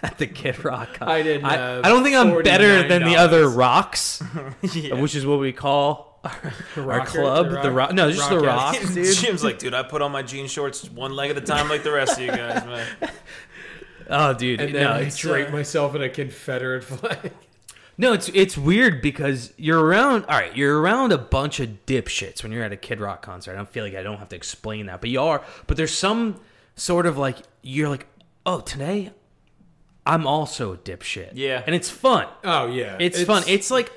Speaker 5: at the Kid Rock.
Speaker 4: I did,
Speaker 5: I,
Speaker 4: uh,
Speaker 5: I don't think I'm better than the
Speaker 4: $49. *laughs*
Speaker 5: other rocks, uh,
Speaker 3: Yeah.
Speaker 5: which is what we call our, our
Speaker 4: Rockers,
Speaker 5: club.
Speaker 4: the
Speaker 5: The,
Speaker 4: Rock-
Speaker 5: rock, no, just the
Speaker 4: Rockers. *laughs*
Speaker 5: rocks, dude.
Speaker 3: Jim's like, dude, I put on my jean shorts one leg at a time, like the rest of you guys, man.
Speaker 4: *laughs*
Speaker 5: Oh, dude,
Speaker 4: And then
Speaker 5: no,
Speaker 4: I
Speaker 5: it's
Speaker 4: drape
Speaker 5: uh,
Speaker 4: myself in a Confederate flag. *laughs*
Speaker 5: No, it's it's weird because you're around. All right, you're around a bunch of dipshits when you're at a Kid Rock concert. I don't feel like I don't have to explain that, but you are. But there's some sort of like you're like, oh, today I'm also a dipshit.
Speaker 3: Yeah.
Speaker 5: and it's fun.
Speaker 4: Oh yeah,
Speaker 5: It's, fun. It's like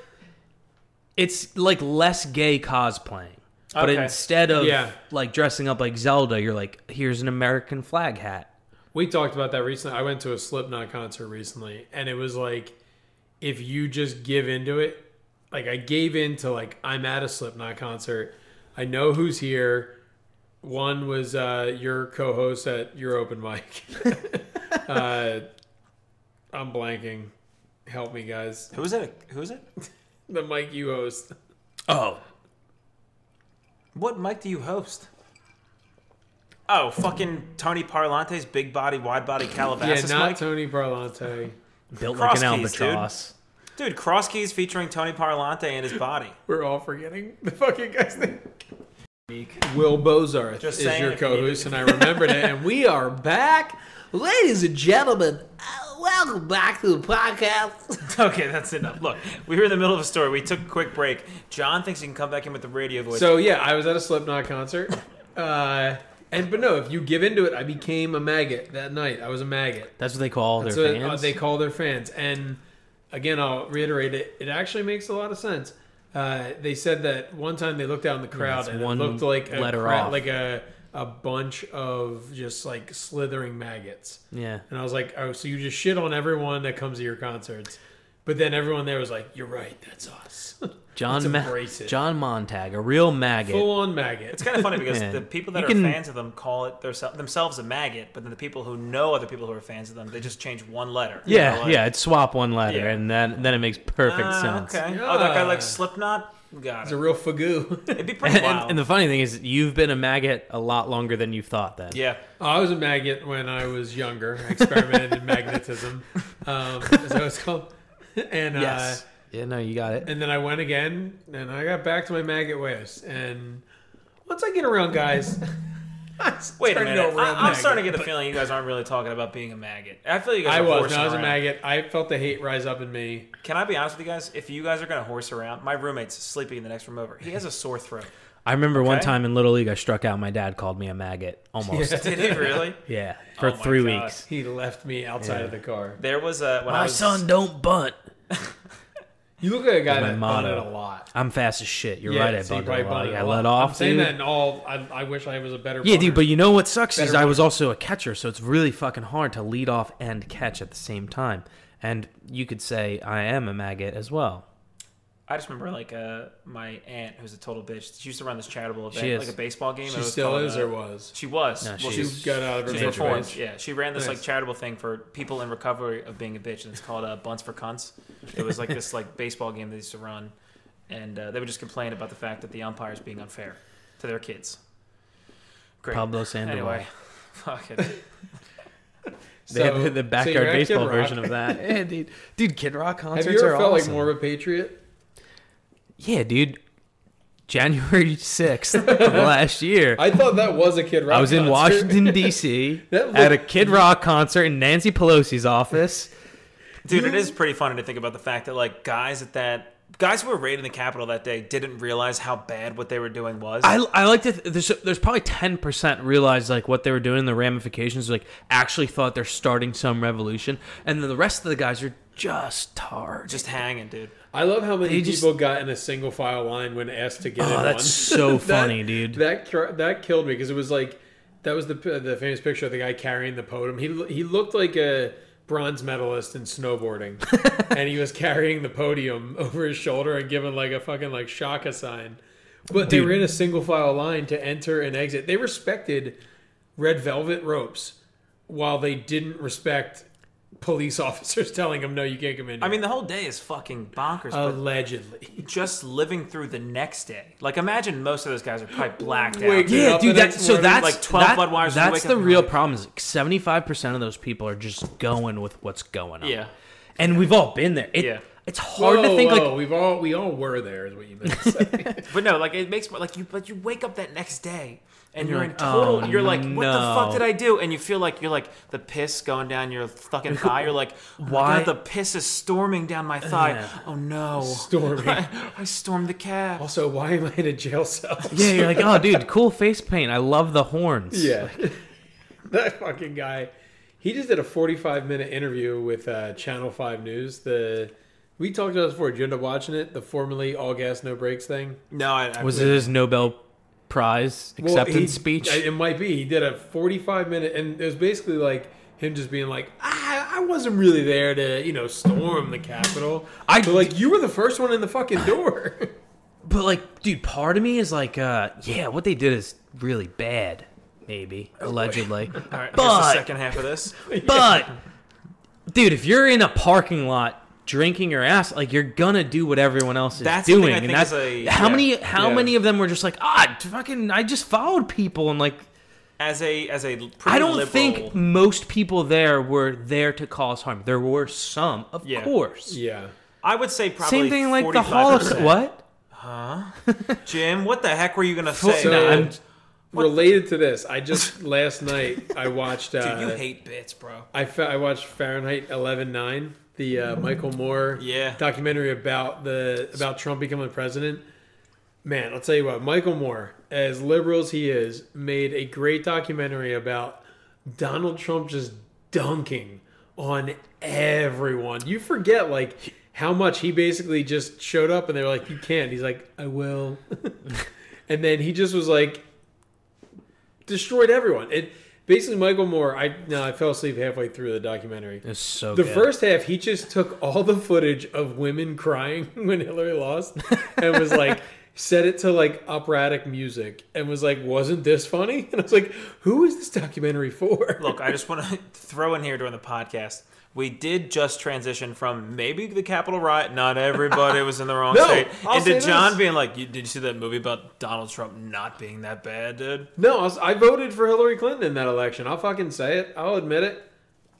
Speaker 5: it's like less gay cosplaying, but
Speaker 3: Okay.
Speaker 5: instead of
Speaker 4: Yeah.
Speaker 5: like dressing up like Zelda, you're like, here's an American flag hat.
Speaker 4: we talked about that recently. I went to a Slipknot concert recently, and it was like if you just give into it. Like I gave in to like I'm at a Slipknot concert. I know who's here. One was uh, your co-host at your open mic. uh, I'm blanking. Help me, guys.
Speaker 3: Who is it? Who is it?
Speaker 4: The mic you host.
Speaker 5: Oh,
Speaker 3: What mic do you host? Oh, fucking Tony Parlante's big body, wide body
Speaker 4: Yeah,
Speaker 3: Calabasas
Speaker 4: not
Speaker 3: mic.
Speaker 4: Tony Parlante.
Speaker 5: built
Speaker 3: Cross
Speaker 5: like an
Speaker 3: keys, dude.
Speaker 5: albatross.
Speaker 3: Dude, Cross Keys featuring Tony Parlante and his body.
Speaker 4: We're all forgetting the fucking guy's name. Will Bozarth
Speaker 3: Just
Speaker 4: is
Speaker 3: saying
Speaker 4: your
Speaker 3: if you
Speaker 4: co-host, and I remembered it. And we are back, ladies and gentlemen. uh, Welcome back to the podcast.
Speaker 3: *laughs* Okay, that's enough. Look, we were in the middle of a story. We took a quick break. John thinks he can come back in with the radio voice.
Speaker 4: So yeah, I was at a Slipknot concert, uh, and but no, if you give into it, I became a maggot that night. I was a maggot.
Speaker 5: That's what they call their
Speaker 4: so
Speaker 5: fans.
Speaker 4: uh, they call their fans. And again, I'll reiterate it. It actually makes a lot of sense. Uh, they said that one time they looked out in the crowd
Speaker 5: that's
Speaker 4: and
Speaker 5: one
Speaker 4: it looked like a
Speaker 5: letter
Speaker 4: cra-
Speaker 5: off.
Speaker 4: like a a bunch of just like slithering maggots.
Speaker 5: yeah.
Speaker 4: And I was like, oh, so you just shit on everyone that comes to your concerts. But then everyone there was like, you're right, that's us. *laughs*
Speaker 5: John
Speaker 4: Let's
Speaker 5: Ma-
Speaker 4: embrace it.
Speaker 5: John Montag, a real maggot.
Speaker 4: Full on
Speaker 3: it's
Speaker 4: maggot.
Speaker 3: kind of funny
Speaker 5: *laughs*
Speaker 3: because
Speaker 5: Man.
Speaker 3: the people that
Speaker 5: You
Speaker 3: are
Speaker 5: can-
Speaker 3: fans of them call it their, themselves a maggot, but then the people who know other people who are fans of them, they just change one letter. You
Speaker 5: yeah,
Speaker 3: know, like,
Speaker 5: yeah. It's swap one letter,
Speaker 3: Yeah.
Speaker 5: and then then it makes perfect
Speaker 3: "Ah,
Speaker 5: sense.
Speaker 3: Okay. Oh, that guy
Speaker 4: Yeah.
Speaker 3: likes Slipknot? Got
Speaker 4: It's a
Speaker 3: it.
Speaker 4: real fagoo. *laughs*
Speaker 3: It'd be
Speaker 5: *laughs* *laughs* And,
Speaker 3: pretty wild.
Speaker 5: and the funny thing is, you've been a maggot a lot longer than you thought. Then,
Speaker 3: yeah.
Speaker 4: I was a maggot when I was younger. I experimented in
Speaker 5: *laughs*
Speaker 4: magnetism. Um, is that what it's called? *laughs* And uh,
Speaker 3: Yes.
Speaker 5: yeah. No, you got it.
Speaker 4: And then I went again, and I got back to my maggot ways. And once I get around guys, *laughs* I
Speaker 3: Wait a
Speaker 4: started
Speaker 3: minute.
Speaker 4: around
Speaker 3: I, I'm
Speaker 4: maggot.
Speaker 3: starting to get a feeling you guys aren't really talking about being a maggot. I feel you guys.
Speaker 4: I
Speaker 3: are
Speaker 4: was.
Speaker 3: horsing
Speaker 4: No, I was a
Speaker 3: around.
Speaker 4: maggot. I felt the hate rise up in
Speaker 5: *laughs*
Speaker 4: me.
Speaker 3: Can I be honest with you guys? If you guys are gonna horse around, my roommate's sleeping in the next room over. He has a sore
Speaker 4: *laughs*
Speaker 3: throat.
Speaker 5: I remember one
Speaker 3: Okay.
Speaker 5: time in little league, I struck out. My dad called me a maggot almost. Yeah,
Speaker 3: Did he really?
Speaker 5: for
Speaker 3: my
Speaker 5: three
Speaker 3: God.
Speaker 5: weeks.
Speaker 4: *laughs* He left me outside of the car.
Speaker 3: There was a when I
Speaker 5: My
Speaker 3: was
Speaker 5: son don't bunt.
Speaker 4: You look like a guy
Speaker 5: my
Speaker 4: that
Speaker 5: motto.
Speaker 4: bunted a lot.
Speaker 5: I'm fast as shit. You're
Speaker 4: Yeah,
Speaker 5: right. I
Speaker 4: so you
Speaker 5: bunted
Speaker 4: probably
Speaker 5: a lot.
Speaker 4: bunted
Speaker 5: I
Speaker 4: a
Speaker 5: let
Speaker 4: lot.
Speaker 5: off.
Speaker 4: I'm saying
Speaker 5: dude.
Speaker 4: that in all. I, I wish I was a better.
Speaker 5: Yeah, dude,
Speaker 4: punter.
Speaker 5: but you know what sucks is
Speaker 4: Better
Speaker 5: I was also a catcher, so it's really fucking hard to lead off and catch at the same time. And you could say I am a maggot as well.
Speaker 3: I just remember like uh, my aunt who's a total bitch. She used to run this charitable event,
Speaker 5: She is.
Speaker 3: like a baseball game. It
Speaker 4: she
Speaker 3: was
Speaker 4: still
Speaker 3: called,
Speaker 4: is
Speaker 3: uh,
Speaker 4: or was.
Speaker 3: She was. well,
Speaker 5: she's-
Speaker 4: She
Speaker 3: she's
Speaker 4: got out of her
Speaker 3: she's
Speaker 4: major
Speaker 3: reformed.
Speaker 4: ways.
Speaker 3: Yeah, she ran this like
Speaker 4: Nice.
Speaker 3: charitable thing for people in recovery of being a bitch, and it's called uh, Bunts for Cunts. It was like this like baseball game they used to run, and uh, they would just complain about the fact that the umpires being unfair to their kids. Great.
Speaker 5: Pablo Sandoval.
Speaker 3: Anyway, *laughs* fuck it.
Speaker 5: They
Speaker 4: So-
Speaker 5: had the,
Speaker 4: so
Speaker 5: the backyard
Speaker 4: you're at Kid
Speaker 5: baseball
Speaker 4: Rock.
Speaker 5: version of that. *laughs* Yeah, dude, dude, Kid Rock concerts
Speaker 4: Have you ever
Speaker 5: are
Speaker 4: felt
Speaker 5: awesome.
Speaker 4: like more of a patriot?
Speaker 5: *laughs* Yeah, dude. January *laughs* sixth of last year, I,
Speaker 4: I thought that was a kid. Rock
Speaker 5: was in
Speaker 4: concert.
Speaker 5: Washington D.C. *laughs*
Speaker 4: That looked-
Speaker 5: at a Kid Rock concert in Nancy Pelosi's office.
Speaker 3: Dude, it is pretty funny to think about the fact that like guys at that guys who were raiding the Capitol that day didn't realize how bad what they were doing was.
Speaker 5: I, I like to. Th- there's there's probably ten percent realized like what they were doing, the ramifications. Like actually thought they're starting some revolution, and then the rest of the guys are just tarred.
Speaker 3: just hanging, dude.
Speaker 4: I love how many
Speaker 5: They just-
Speaker 4: people got in a single file line when asked to get in.
Speaker 5: oh,
Speaker 4: one.
Speaker 5: that's so
Speaker 4: *laughs* That-
Speaker 5: funny, dude.
Speaker 4: That cr- that killed me because it was like that was the p- the famous picture of the guy carrying the podium. He l- he looked like a bronze medalist in
Speaker 5: *laughs*
Speaker 4: snowboarding, and he was carrying the podium *laughs* over his shoulder and giving like a fucking like shaka sign. But they
Speaker 5: Dude.
Speaker 4: were in a single file line to enter and exit. They respected red velvet ropes, while they didn't respect police *laughs* officers telling him, "No, you can't come in." Here.
Speaker 3: I mean, the whole day is fucking bonkers.
Speaker 4: allegedly.
Speaker 3: but just living through the next day, like imagine most of those guys are probably blacked out.
Speaker 4: Wake
Speaker 5: Yeah,
Speaker 4: up
Speaker 5: dude.
Speaker 4: the
Speaker 5: That,
Speaker 4: next
Speaker 5: so
Speaker 4: morning,
Speaker 5: that's
Speaker 3: like 12
Speaker 5: that-
Speaker 3: Budweisers, you
Speaker 5: That's
Speaker 3: wake up
Speaker 5: the
Speaker 3: and
Speaker 5: real
Speaker 3: like-
Speaker 5: problem. Is seventy five percent of those people are just going with what's going on.
Speaker 3: Yeah.
Speaker 5: and we've all been there. It,
Speaker 3: Yeah.
Speaker 5: it's hard to think like
Speaker 4: we've all we all were there. Is what you meant to
Speaker 5: *laughs*
Speaker 4: say.
Speaker 3: But no, like it makes more like you but you wake up that next day and you're,
Speaker 5: you're
Speaker 3: in
Speaker 5: like,
Speaker 3: total
Speaker 5: "Oh,
Speaker 3: you're like, what the fuck
Speaker 5: no."
Speaker 3: did I do? And you feel like you're like the piss going down your fucking thigh. You're like, why
Speaker 5: Why-
Speaker 3: God, the piss is storming down my thigh.
Speaker 5: Yeah.
Speaker 3: Oh no.
Speaker 4: Stormy.
Speaker 3: I, I stormed the cab.
Speaker 4: also, why am I in a jail cell?
Speaker 5: *laughs* yeah, you're like oh dude, cool face paint. I love the horns.
Speaker 4: *laughs* Yeah. that fucking guy. He just did a 45 minute interview with uh, Channel 5 News. The we talked about this before. Did you end up watching it? The formerly all gas no brakes thing.
Speaker 3: No, I, I
Speaker 5: Was it his Nobel Prize
Speaker 4: Well,
Speaker 5: acceptance
Speaker 4: he-
Speaker 5: speech?
Speaker 4: It might be. He did a 45 minute, and it was basically like him just being like, "Ah, I, I wasn't really there to you know storm the Capitol.
Speaker 5: I-
Speaker 4: but like you were the first one in the fucking door. *laughs*
Speaker 5: But like, dude, part of me is like, uh, yeah, what they did is really bad, maybe allegedly.
Speaker 3: Oh, *laughs* All right, here's the
Speaker 5: but-
Speaker 3: second half of this.
Speaker 5: *laughs* but dude, if you're in a parking lot drinking your ass, like you're gonna do what everyone else is
Speaker 3: That's the thing
Speaker 5: doing,
Speaker 3: I
Speaker 5: and
Speaker 3: think
Speaker 5: that's
Speaker 3: is a-
Speaker 5: how
Speaker 3: yeah,
Speaker 5: many how
Speaker 4: yeah.
Speaker 5: many of them were just like, ah, fucking, I just followed people, and like,
Speaker 3: As a as a pretty
Speaker 5: I don't
Speaker 3: liberal,
Speaker 5: think most people there were there to cause harm. There were some, of
Speaker 3: Yeah.
Speaker 5: course.
Speaker 4: yeah.
Speaker 3: I would say probably
Speaker 5: Same thing like the
Speaker 3: 45%.
Speaker 5: Holocaust. What?
Speaker 3: Jim, what the heck were you gonna say?
Speaker 4: So
Speaker 5: No, I'm-
Speaker 4: related to this, I
Speaker 3: *laughs*
Speaker 4: just last night I watched. Uh,
Speaker 3: Dude, you hate bits, bro.
Speaker 4: I, fa- I watched Fahrenheit 11.9, the uh, Michael Moore
Speaker 3: Yeah.
Speaker 4: documentary about the about Trump becoming president. Man, I'll tell you what, Michael Moore, as liberal as he is, made a great documentary about Donald Trump just dunking on everyone. You forget like how much he basically just showed up and they were like, "You can't." He's like, "I will," *laughs* and then he just was like, destroyed everyone. It basically Michael Moore. I no, I fell asleep halfway through the documentary.
Speaker 5: It's so
Speaker 4: The
Speaker 5: good.
Speaker 4: first half, he just took all the footage of women crying *laughs* when Hillary lost, and
Speaker 3: *laughs*
Speaker 4: was like, set it to like operatic music, and was like, wasn't this funny? *laughs* And I was like, who is this documentary for?
Speaker 3: *laughs* Look, I just want to throw in here during the podcast. We did just transition from maybe the Capitol riot, not everybody was in the wrong
Speaker 4: *laughs* No,
Speaker 3: state,
Speaker 4: I'll
Speaker 3: into
Speaker 4: say
Speaker 3: John
Speaker 4: this.
Speaker 3: being like, you, "Did you see that movie about Donald Trump not being that bad, dude?"
Speaker 4: no, I, was- I voted for Hillary Clinton in that election. I'll fucking say it. I'll admit it.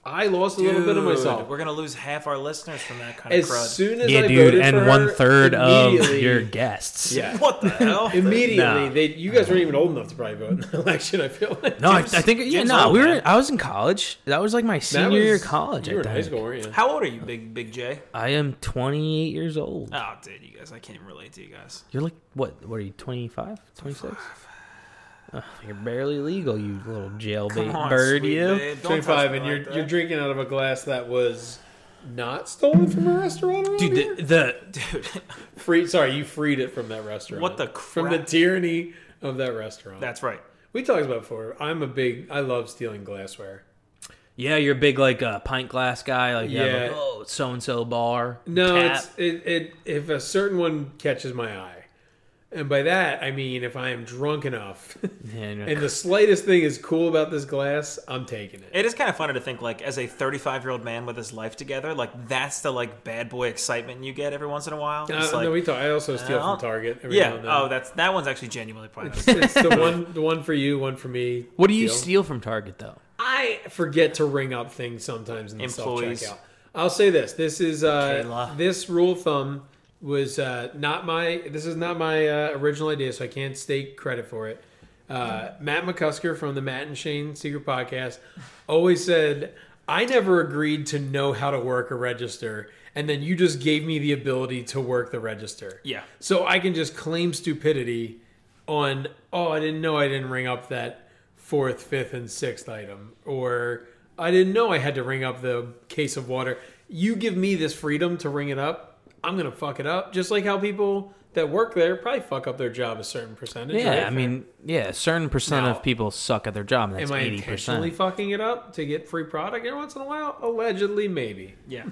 Speaker 4: I lost a little bit of
Speaker 3: Dude,
Speaker 4: myself.
Speaker 3: We're gonna lose half our listeners from that kind
Speaker 4: As
Speaker 3: of crud.
Speaker 4: soon as
Speaker 5: yeah,
Speaker 4: I
Speaker 5: dude,
Speaker 4: voted for
Speaker 5: and
Speaker 4: her,
Speaker 5: one third of
Speaker 4: immediately- *laughs*
Speaker 5: your *laughs* guests.
Speaker 3: *laughs*
Speaker 4: yeah.
Speaker 3: what
Speaker 4: *laughs*
Speaker 3: the hell?
Speaker 4: Immediately,
Speaker 5: Nah.
Speaker 4: they you guys weren't even old enough to probably vote in the *laughs* election. I feel like
Speaker 5: No, I, I
Speaker 3: Jim's-
Speaker 5: think yeah.
Speaker 3: Jim's
Speaker 5: no,
Speaker 3: old,
Speaker 5: we were.
Speaker 3: man.
Speaker 5: I was in college. That was like my
Speaker 4: That
Speaker 5: senior year
Speaker 4: was-
Speaker 5: of college.
Speaker 4: You were
Speaker 5: I
Speaker 4: in
Speaker 5: think.
Speaker 4: high school, weren't you?
Speaker 3: How old are you, Big Big J?
Speaker 5: I am 28 years old.
Speaker 3: Oh, dude, you guys, I can't even relate to you guys.
Speaker 5: You're like what? What are you? 25, 26? Ugh, you're barely legal, you little
Speaker 3: Come
Speaker 5: jailbait
Speaker 3: on,
Speaker 5: bird.
Speaker 3: sweet
Speaker 5: You.
Speaker 3: babe, don't touch
Speaker 4: 25,
Speaker 3: me
Speaker 4: and
Speaker 3: like
Speaker 4: you're
Speaker 3: that.
Speaker 4: you're drinking out of a glass that was not stolen from a restaurant. around here?
Speaker 5: Dude, the, the
Speaker 3: *laughs* dude.
Speaker 4: free. Sorry, you freed it from that restaurant.
Speaker 3: What the
Speaker 4: From the
Speaker 3: crap?
Speaker 4: tyranny of that restaurant.
Speaker 3: That's right.
Speaker 4: we talked about before. I'm a big. I love stealing glassware.
Speaker 5: yeah, you're a big like uh, pint glass guy. Like yeah,
Speaker 4: Yeah.
Speaker 5: like, oh, so and so bar.
Speaker 4: No,
Speaker 5: tap.
Speaker 4: it's it, it. If a certain one catches my eye, and by that I mean if I am
Speaker 3: *laughs*
Speaker 4: drunk enough,
Speaker 5: Yeah, you're like,
Speaker 4: and the slightest thing is cool about this glass, I'm taking it.
Speaker 3: It is kind of funny to think, like, as a 35 year old man with his life together, like, that's the, like, bad boy excitement you get every once in a while.
Speaker 4: Uh,
Speaker 3: It's like,
Speaker 4: no, we talk. I also steal
Speaker 3: Well,
Speaker 4: from Target. Every
Speaker 3: yeah.
Speaker 4: Now and then.
Speaker 3: Oh, that's that one's actually genuinely probably. not-
Speaker 4: it's
Speaker 3: *laughs*
Speaker 4: the one, the one for you, one for me.
Speaker 5: what do you
Speaker 4: deal.
Speaker 5: steal from Target though?
Speaker 4: I forget to ring up things sometimes in the self
Speaker 3: Employees.
Speaker 4: checkout. I'll say this: this is uh,
Speaker 3: Kayla.
Speaker 4: this rule of thumb was uh, not my. This is not my uh, original idea, so I can't stake credit for it. Uh, Matt McCusker from the Matt and Shane Secret Podcast always said, "I never agreed to know how to work a register, and then you just gave me the ability to work the register."
Speaker 3: Yeah.
Speaker 4: So I can just claim stupidity on, oh, I didn't know I didn't ring up that fourth, fifth, and sixth item. Or I didn't know I had to ring up the case of water. You give me this freedom to ring it up, I'm going to fuck it up. Just like how people that work there probably fuck up their job a certain percentage.
Speaker 5: Yeah,
Speaker 4: right?
Speaker 5: I mean, yeah, a certain percent
Speaker 4: Now-
Speaker 5: of people suck at their job. And that's
Speaker 4: Am I
Speaker 5: eighty
Speaker 4: intentionally
Speaker 5: percent.
Speaker 4: fucking it up to get free product every once in a while? Allegedly, maybe.
Speaker 3: yeah.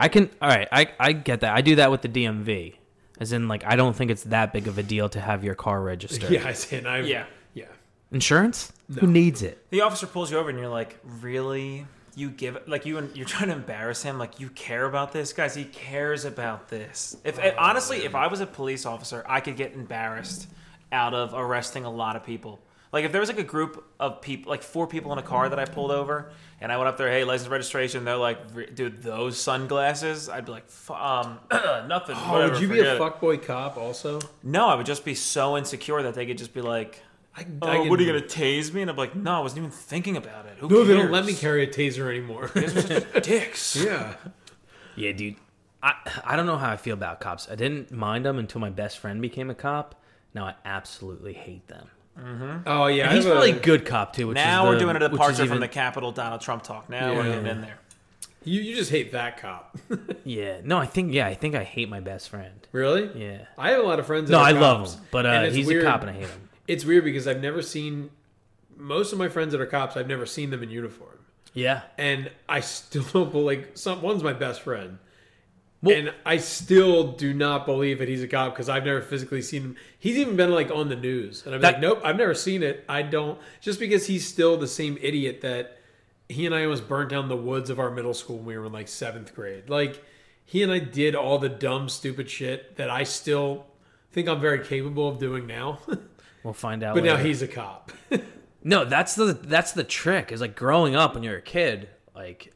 Speaker 5: I can. All right, I I get that. I do that with the DMV, as in like I don't think it's that big of a deal to have your car registered.
Speaker 4: Yeah, I see. And I
Speaker 3: Yeah.
Speaker 4: yeah.
Speaker 5: Insurance? Who needs it?
Speaker 3: The officer pulls you over and you're like, really? you give like you and you're trying to embarrass him. Like you care about this, guys. He cares about this. If
Speaker 4: Oh,
Speaker 3: and honestly, if I was a police officer, I could get embarrassed out of arresting a lot of people. Like if there was like a group of people, like four people in a car that I pulled over, and I went up there, hey, license registration. They're like, dude, those sunglasses. I'd be like, "F- um, *clears throat* nothing.
Speaker 4: Oh,
Speaker 3: whatever,
Speaker 4: would you be
Speaker 3: forget
Speaker 4: a
Speaker 3: it."
Speaker 4: fuckboy cop also?
Speaker 3: No, I would just be so insecure that they could just be like,
Speaker 4: I,
Speaker 3: oh,
Speaker 4: I can-
Speaker 3: what are you gonna tase me? And I'm like, no, I wasn't even thinking about it. Who
Speaker 4: No,
Speaker 3: cares?
Speaker 4: they don't let me carry a taser anymore. *laughs*
Speaker 3: Dicks.
Speaker 4: yeah.
Speaker 5: Yeah, dude. I I don't know how I feel about cops. I didn't mind them until my best friend became a cop. Now I absolutely hate them.
Speaker 4: Oh yeah. I
Speaker 5: He's
Speaker 4: have a-
Speaker 5: probably a good cop too. Which
Speaker 3: Now
Speaker 5: is
Speaker 3: we're
Speaker 5: the-
Speaker 3: doing a
Speaker 5: which is
Speaker 3: departure
Speaker 5: even-
Speaker 3: from the Capitol Donald Trump talk. Now we're
Speaker 4: Yeah.
Speaker 3: getting in there.
Speaker 4: you, you just hate that cop. *laughs*
Speaker 5: Yeah, no, I think yeah, I think I hate my best friend.
Speaker 4: really?
Speaker 5: Yeah.
Speaker 4: I have a lot of friends.
Speaker 5: No,
Speaker 4: that
Speaker 5: I
Speaker 4: are
Speaker 5: love
Speaker 4: cops,
Speaker 5: him, but
Speaker 4: and
Speaker 5: uh,
Speaker 4: it's
Speaker 5: he's
Speaker 4: weird.
Speaker 5: a cop and I hate him.
Speaker 4: It's weird because I've never seen most of my friends that are cops. I've never seen them in uniform,
Speaker 5: Yeah.
Speaker 4: and I still *laughs* don't believe. Like, some one's my best friend,
Speaker 5: Well-
Speaker 4: and I still do not believe that he's a cop because I've never physically seen him. He's even been like on the news, and I'm
Speaker 5: That-
Speaker 4: like, nope, I've never seen it. I don't just because he's still the same idiot that he and I almost burnt down the woods of our middle school when we were in like seventh grade. Like he and I did all the dumb, stupid shit that I still think I'm very capable of doing now. *laughs*
Speaker 5: We'll find out.
Speaker 4: But now
Speaker 5: later.
Speaker 4: he's a cop. *laughs*
Speaker 5: No, that's the that's the trick. Is like growing up when you're a kid, like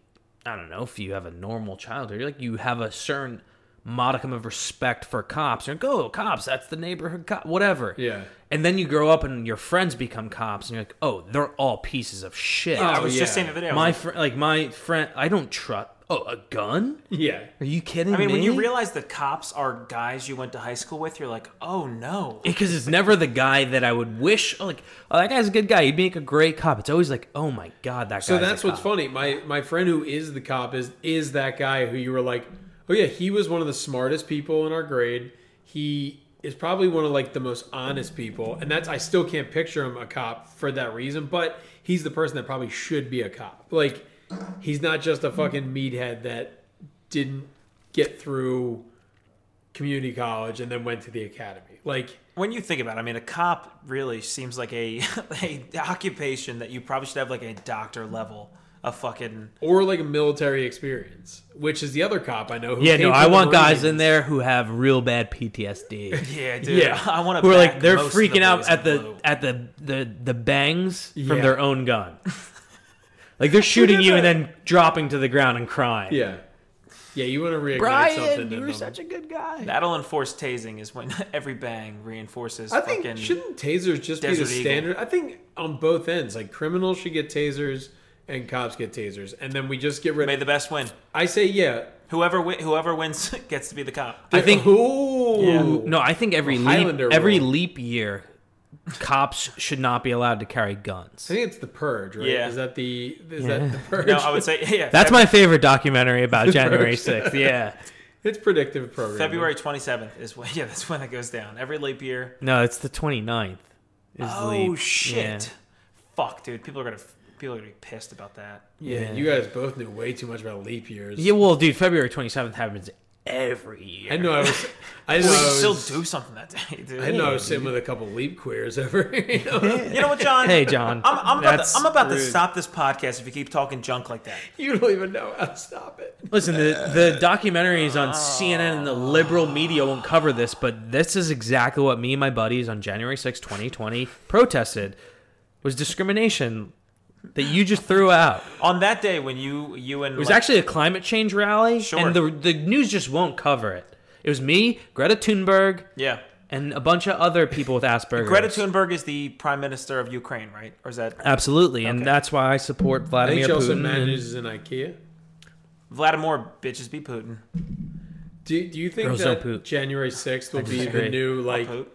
Speaker 5: I don't know if you have a normal childhood, you're like you have a certain modicum of respect for cops. You're like, oh, cops, that's the neighborhood cop, whatever.
Speaker 4: Yeah.
Speaker 5: And then you grow up and your friends become cops, and you're like, oh, they're all pieces of shit.
Speaker 3: I
Speaker 4: Oh,
Speaker 3: was
Speaker 4: yeah.
Speaker 3: just saying the video.
Speaker 5: my friend, like my friend, I don't trust. Oh, a gun?
Speaker 4: yeah.
Speaker 5: Are you kidding
Speaker 3: I mean,
Speaker 5: me?
Speaker 3: when you realize the cops are guys you went to high school with, you're like, oh no.
Speaker 5: because it's never the guy that I would wish. oh, Like, oh, that guy's a good guy. He'd make a great cop. It's always like, oh my god, that guy.
Speaker 4: So that's what's funny. My my friend who is the cop is is that guy who you were like, oh yeah, he was one of the smartest people in our grade. He is probably one of like the most honest people, and that's I still can't picture him a cop for that reason. But he's the person that probably should be a cop. Like he's not just a fucking meathead that didn't get through community college and then went to the academy. Like
Speaker 3: When you think about it, I mean, a cop really seems like a, *laughs* a occupation that you probably should have like a doctor level of fucking.
Speaker 4: or like a military experience, which is the other cop I know. Who
Speaker 5: Yeah, no,
Speaker 4: came
Speaker 5: I
Speaker 4: from the
Speaker 5: want guys
Speaker 4: Marines.
Speaker 5: in there who have real bad PTSD.
Speaker 3: Yeah, dude.
Speaker 4: *laughs* Yeah.
Speaker 3: *laughs* I want to.
Speaker 5: Who are like they're freaking out at the at the the the bangs
Speaker 4: Yeah.
Speaker 5: from their own gun. like they're shooting
Speaker 4: did
Speaker 5: you and
Speaker 4: that?
Speaker 5: then dropping to the ground and crying.
Speaker 4: Yeah. Yeah, you want to reignite something.
Speaker 5: Brian,
Speaker 4: in
Speaker 5: you were
Speaker 4: them.
Speaker 5: such a good guy.
Speaker 3: That'll enforce tasing is when *laughs* every bang reinforces.
Speaker 4: I think
Speaker 3: fucking,
Speaker 4: shouldn't tasers just be the
Speaker 3: Desert Eagle.
Speaker 4: standard? I think on both ends, like criminals should get tasers and cops get tasers, and then we just get rid.
Speaker 3: may
Speaker 4: of
Speaker 3: the best win.
Speaker 4: I say yeah.
Speaker 3: Whoever wi- whoever wins *laughs* gets to be the cop.
Speaker 5: I think
Speaker 4: Ooh.
Speaker 5: no, I think every leap,
Speaker 4: Highlander
Speaker 5: every
Speaker 4: rule.
Speaker 5: leap year, cops should not be allowed to carry guns.
Speaker 4: I think it's the purge, right?
Speaker 3: Yeah.
Speaker 4: Is that the is that the purge?
Speaker 3: No, I would say *laughs* yeah.
Speaker 5: That's
Speaker 3: Feb-
Speaker 5: my favorite documentary about January 6th. Yeah.
Speaker 4: *laughs* it's predictive programming.
Speaker 3: February 27th is when *laughs* yeah, that's when it goes down. Every leap year.
Speaker 5: No, it's the 29th. Is
Speaker 3: Oh
Speaker 5: leap.
Speaker 3: shit. Fuck, dude. People are going to people are going to be pissed about that.
Speaker 4: Yeah,
Speaker 5: Yeah.
Speaker 4: you guys both knew way too much about leap years.
Speaker 5: Yeah. yeah, well, dude, February 27th happens every year.
Speaker 4: I know. I was. I know.
Speaker 3: We
Speaker 4: I
Speaker 3: can still
Speaker 4: was,
Speaker 3: do something that day, dude.
Speaker 4: I know. I was sitting with a couple leap queers *laughs* over. You know?
Speaker 3: You know what, John?
Speaker 5: Hey, John.
Speaker 3: *laughs* I'm, I'm about,
Speaker 5: that's
Speaker 3: to, I'm about to
Speaker 4: rude.
Speaker 3: stop this podcast if you keep talking junk like that.
Speaker 4: You don't even know how to stop it.
Speaker 5: Listen, the, the documentaries on CNN and the liberal media won't cover this, but this is exactly what me and my buddies on January 6th, 2020 protested was discrimination that you just threw out.
Speaker 3: On that day when you you and
Speaker 5: It was actually a climate change rally,
Speaker 3: Sure.
Speaker 5: and the, the news just won't cover it. It was me, Greta Thunberg,
Speaker 3: yeah.
Speaker 5: and a bunch of other people with Asperger's.
Speaker 3: Greta Thunberg is the prime minister of Ukraine, right? Or is that
Speaker 5: Absolutely, and
Speaker 3: Okay.
Speaker 5: that's why I support
Speaker 4: I think
Speaker 5: Vladimir
Speaker 4: she also
Speaker 5: Putin. and-
Speaker 4: manages an IKEA.
Speaker 3: Vladimir bitches be Putin?
Speaker 4: Do, do you think
Speaker 5: Girls
Speaker 4: that
Speaker 5: don't poop.
Speaker 4: January sixth will be the
Speaker 5: disagree.
Speaker 4: new like
Speaker 3: Poot.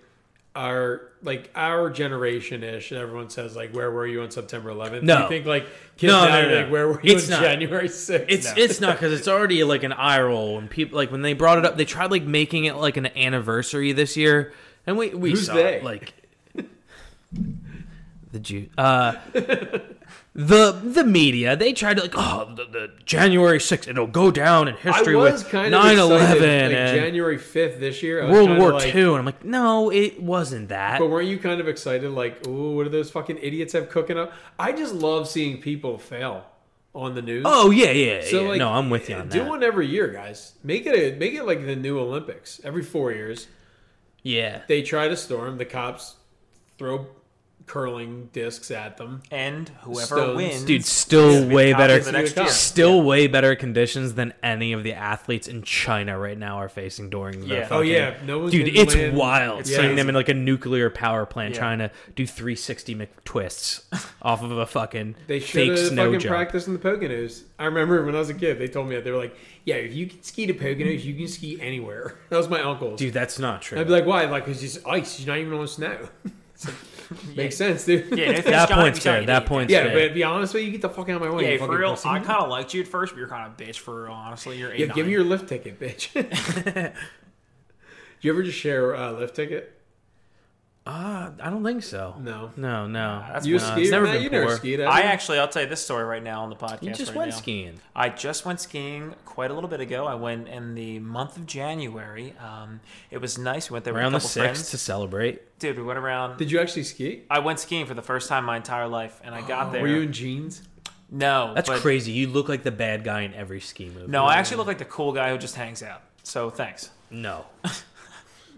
Speaker 4: our like our generation ish? And everyone says like, "Where were you on September 11th?" Do
Speaker 5: No.
Speaker 4: you think like kids
Speaker 5: No,
Speaker 4: now
Speaker 5: no,
Speaker 4: are
Speaker 5: no.
Speaker 4: like, "Where were you
Speaker 5: It's
Speaker 4: on
Speaker 5: not.
Speaker 4: January 6th?
Speaker 5: It's it's not because it's already like an eye roll when people like when they brought it up. They tried like making it like an anniversary this year, and we we
Speaker 4: Who's
Speaker 5: saw
Speaker 4: they?
Speaker 5: it, like *laughs* the Jew. Uh, *laughs* the the media they tried to like oh the, the January 6th it'll go down in
Speaker 4: I
Speaker 5: history
Speaker 4: was
Speaker 5: with
Speaker 4: kind
Speaker 5: 9/11
Speaker 4: of 9/11 like,
Speaker 5: and
Speaker 4: January fifth this year. I was
Speaker 5: World
Speaker 4: kinda
Speaker 5: War
Speaker 4: like-
Speaker 5: II, and I'm like no, it wasn't that.
Speaker 4: But weren't you kind of excited? Like, "Ooh, what do those fucking idiots have cooking up?" I just love seeing people fail on the news.
Speaker 5: Oh yeah, yeah.
Speaker 4: So,
Speaker 5: yeah.
Speaker 4: like,
Speaker 5: no, I'm with you on
Speaker 4: do
Speaker 5: that.
Speaker 4: one every year, guys. Make it a, make it like the new Olympics. Every four years,
Speaker 5: yeah.
Speaker 4: they try to storm. The cops throw curling discs at them.
Speaker 3: And whoever
Speaker 4: Stones.
Speaker 3: wins,
Speaker 5: Dude, still
Speaker 3: Yeah,
Speaker 5: way
Speaker 3: copy
Speaker 5: better.
Speaker 3: of the next year.
Speaker 5: Still way better conditions than any of the athletes in China right now are facing during the.
Speaker 3: Yeah.
Speaker 5: fucking-
Speaker 4: Oh yeah, no one's
Speaker 5: Dude,
Speaker 4: gonna
Speaker 5: it's
Speaker 4: land-
Speaker 5: wild.
Speaker 3: It's
Speaker 5: It's Seeing
Speaker 4: crazy.
Speaker 5: them in like a nuclear power plant
Speaker 3: Yeah.
Speaker 5: trying to do 360 McTwists
Speaker 3: *laughs*
Speaker 5: off of a fucking
Speaker 4: They should
Speaker 5: fake
Speaker 4: have
Speaker 5: snow
Speaker 4: fucking
Speaker 5: jump.
Speaker 4: practiced in the Poconos. I remember when I was a kid, they told me that they were like, "Yeah, if you can ski to Poconos, you can ski anywhere." *laughs* That was my uncle's.
Speaker 5: Dude, that's not true.
Speaker 4: I'd be like, "Why?" Like, it's just ice. You're not even on snow. *laughs* It's like,
Speaker 3: *laughs*
Speaker 4: Makes sense, dude.
Speaker 3: Yeah,
Speaker 4: Yeah,
Speaker 3: no, if it's
Speaker 5: that
Speaker 3: John,
Speaker 5: point's
Speaker 3: we saw
Speaker 5: fair.
Speaker 3: you
Speaker 5: That
Speaker 3: did.
Speaker 4: *laughs*
Speaker 5: point's
Speaker 4: yeah
Speaker 5: fair.
Speaker 4: but to be honest with you, get the fuck out of my way.
Speaker 3: Yeah,
Speaker 4: you
Speaker 3: for
Speaker 4: fucking
Speaker 3: real,
Speaker 4: pussy.
Speaker 3: I kind of liked you at first, but you're kind of a bitch for real, honestly. You're a
Speaker 4: *laughs* Yeah,
Speaker 3: nine.
Speaker 4: give me your lift
Speaker 3: *laughs*
Speaker 4: ticket, bitch. *laughs* Do you ever just share a lift ticket?
Speaker 5: Uh, I don't think so.
Speaker 4: No.
Speaker 5: No, no.
Speaker 3: that's
Speaker 5: no,
Speaker 4: You
Speaker 3: Nah,
Speaker 4: skier?
Speaker 5: it's never
Speaker 4: Nah,
Speaker 5: been
Speaker 4: you
Speaker 5: poor.
Speaker 4: never skied. have
Speaker 3: I
Speaker 4: you?
Speaker 3: actually, I'll tell you this story right now on the podcast.
Speaker 5: You just
Speaker 3: right
Speaker 5: went
Speaker 3: now.
Speaker 5: skiing.
Speaker 3: I just went skiing quite a little bit ago. I went in the month of January. Um, it was nice. We went there
Speaker 5: Around the
Speaker 3: with a couple
Speaker 5: 6th
Speaker 3: friends.
Speaker 5: to celebrate.
Speaker 3: Dude, we went around.
Speaker 4: Did you actually ski?
Speaker 3: I went skiing for the first time in my entire life, and I got there.
Speaker 4: *gasps* Were you in jeans?
Speaker 3: no,
Speaker 5: That's
Speaker 3: but-
Speaker 5: crazy. You look like the bad guy in every ski movie.
Speaker 3: No, I actually look like the cool guy who just hangs out. So thanks,
Speaker 5: No.